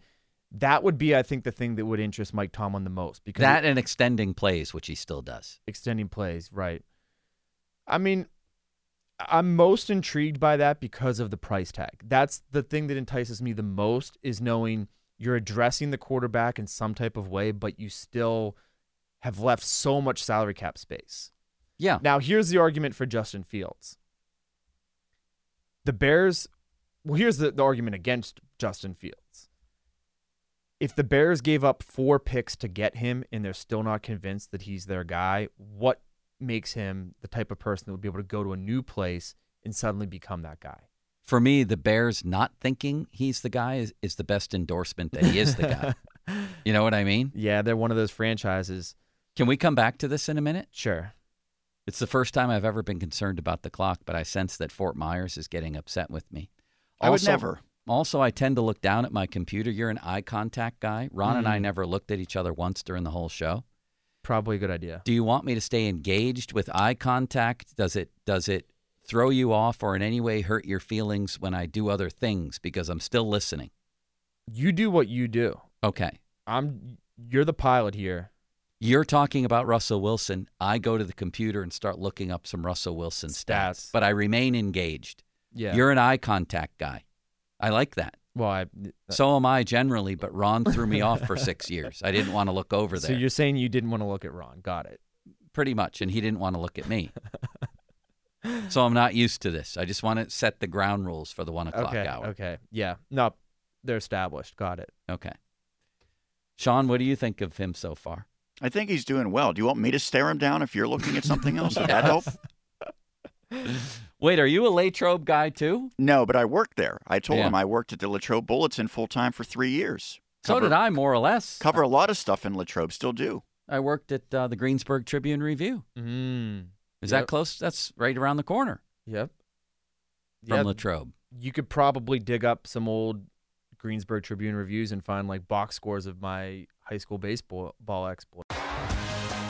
[SPEAKER 3] That would be, I think, the thing that would interest Mike Tomlin the most because
[SPEAKER 2] That and extending plays, which he still does.
[SPEAKER 3] extending plays, right? I mean, I'm most intrigued by that because of the price tag. That's the thing that entices me the most is knowing You're addressing the quarterback in some type of way, but you still have left so much salary cap space.
[SPEAKER 2] Yeah.
[SPEAKER 3] Now, here's the argument for Justin Fields. The Bears, well, here's the, the argument against Justin Fields. If the Bears gave up four picks to get him and they're still not convinced that he's their guy, what makes him the type of person that would be able to go to a new place and suddenly become that guy?
[SPEAKER 2] For me, the Bears not thinking he's the guy is, is the best endorsement that he is the guy. you know what I mean?
[SPEAKER 3] Yeah, they're one of those franchises.
[SPEAKER 2] Can we come back to this in a minute?
[SPEAKER 3] Sure.
[SPEAKER 2] It's the first time I've ever been concerned about the clock, but I sense that Fort Myers is getting upset with me.
[SPEAKER 4] I would never.
[SPEAKER 2] Also, I tend to look down at my computer. You're an eye contact guy. Ron and I
[SPEAKER 4] Mm.
[SPEAKER 2] never looked at each other once during the whole show.
[SPEAKER 3] Probably a good idea.
[SPEAKER 2] Do you want me to stay engaged with eye contact? Does it does it throw you off or in any way hurt your feelings when I do other things because I'm still listening?
[SPEAKER 3] You do what you do.
[SPEAKER 2] Okay.
[SPEAKER 3] I'm you're the pilot here.
[SPEAKER 2] You're talking about Russell Wilson. I go to the computer and start looking up some Russell Wilson stats,
[SPEAKER 3] Stats.
[SPEAKER 2] but I remain engaged.
[SPEAKER 3] Yeah.
[SPEAKER 2] You're an eye contact guy. I like that.
[SPEAKER 3] well, I,
[SPEAKER 2] So am I generally, but Ron threw me off for six years. I didn't want to look over
[SPEAKER 3] so
[SPEAKER 2] there,
[SPEAKER 3] you're saying you didn't want to look at Ron. Got it.
[SPEAKER 2] pretty much, and he didn't want to look at me. so I'm not used to this. I just want to set the ground rules for the one o'clock
[SPEAKER 3] okay.
[SPEAKER 2] hour.
[SPEAKER 3] Okay. Yeah. No, they're established. Got it.
[SPEAKER 2] Okay. Sean, what do you think of him so far?
[SPEAKER 4] I think he's doing well. Do you want me to stare him down if you're looking at something else? Would that help?
[SPEAKER 2] Wait, are you a Latrobe guy too?
[SPEAKER 4] No, but I worked there. I told
[SPEAKER 2] Yeah.
[SPEAKER 4] him I worked at the Latrobe Bulletin full time for three years.
[SPEAKER 2] so did I, more or less.
[SPEAKER 4] Cover a lot of stuff in Latrobe, still do.
[SPEAKER 2] I worked at uh, the Greensburg Tribune Review.
[SPEAKER 3] Mm.
[SPEAKER 2] Is that
[SPEAKER 3] Yep.
[SPEAKER 2] close? That's right around the corner
[SPEAKER 3] Yep.
[SPEAKER 2] from
[SPEAKER 3] Yeah,
[SPEAKER 2] Latrobe.
[SPEAKER 3] You could probably dig up some old Greensburg Tribune reviews and find like box scores of my high school baseball ball exploit.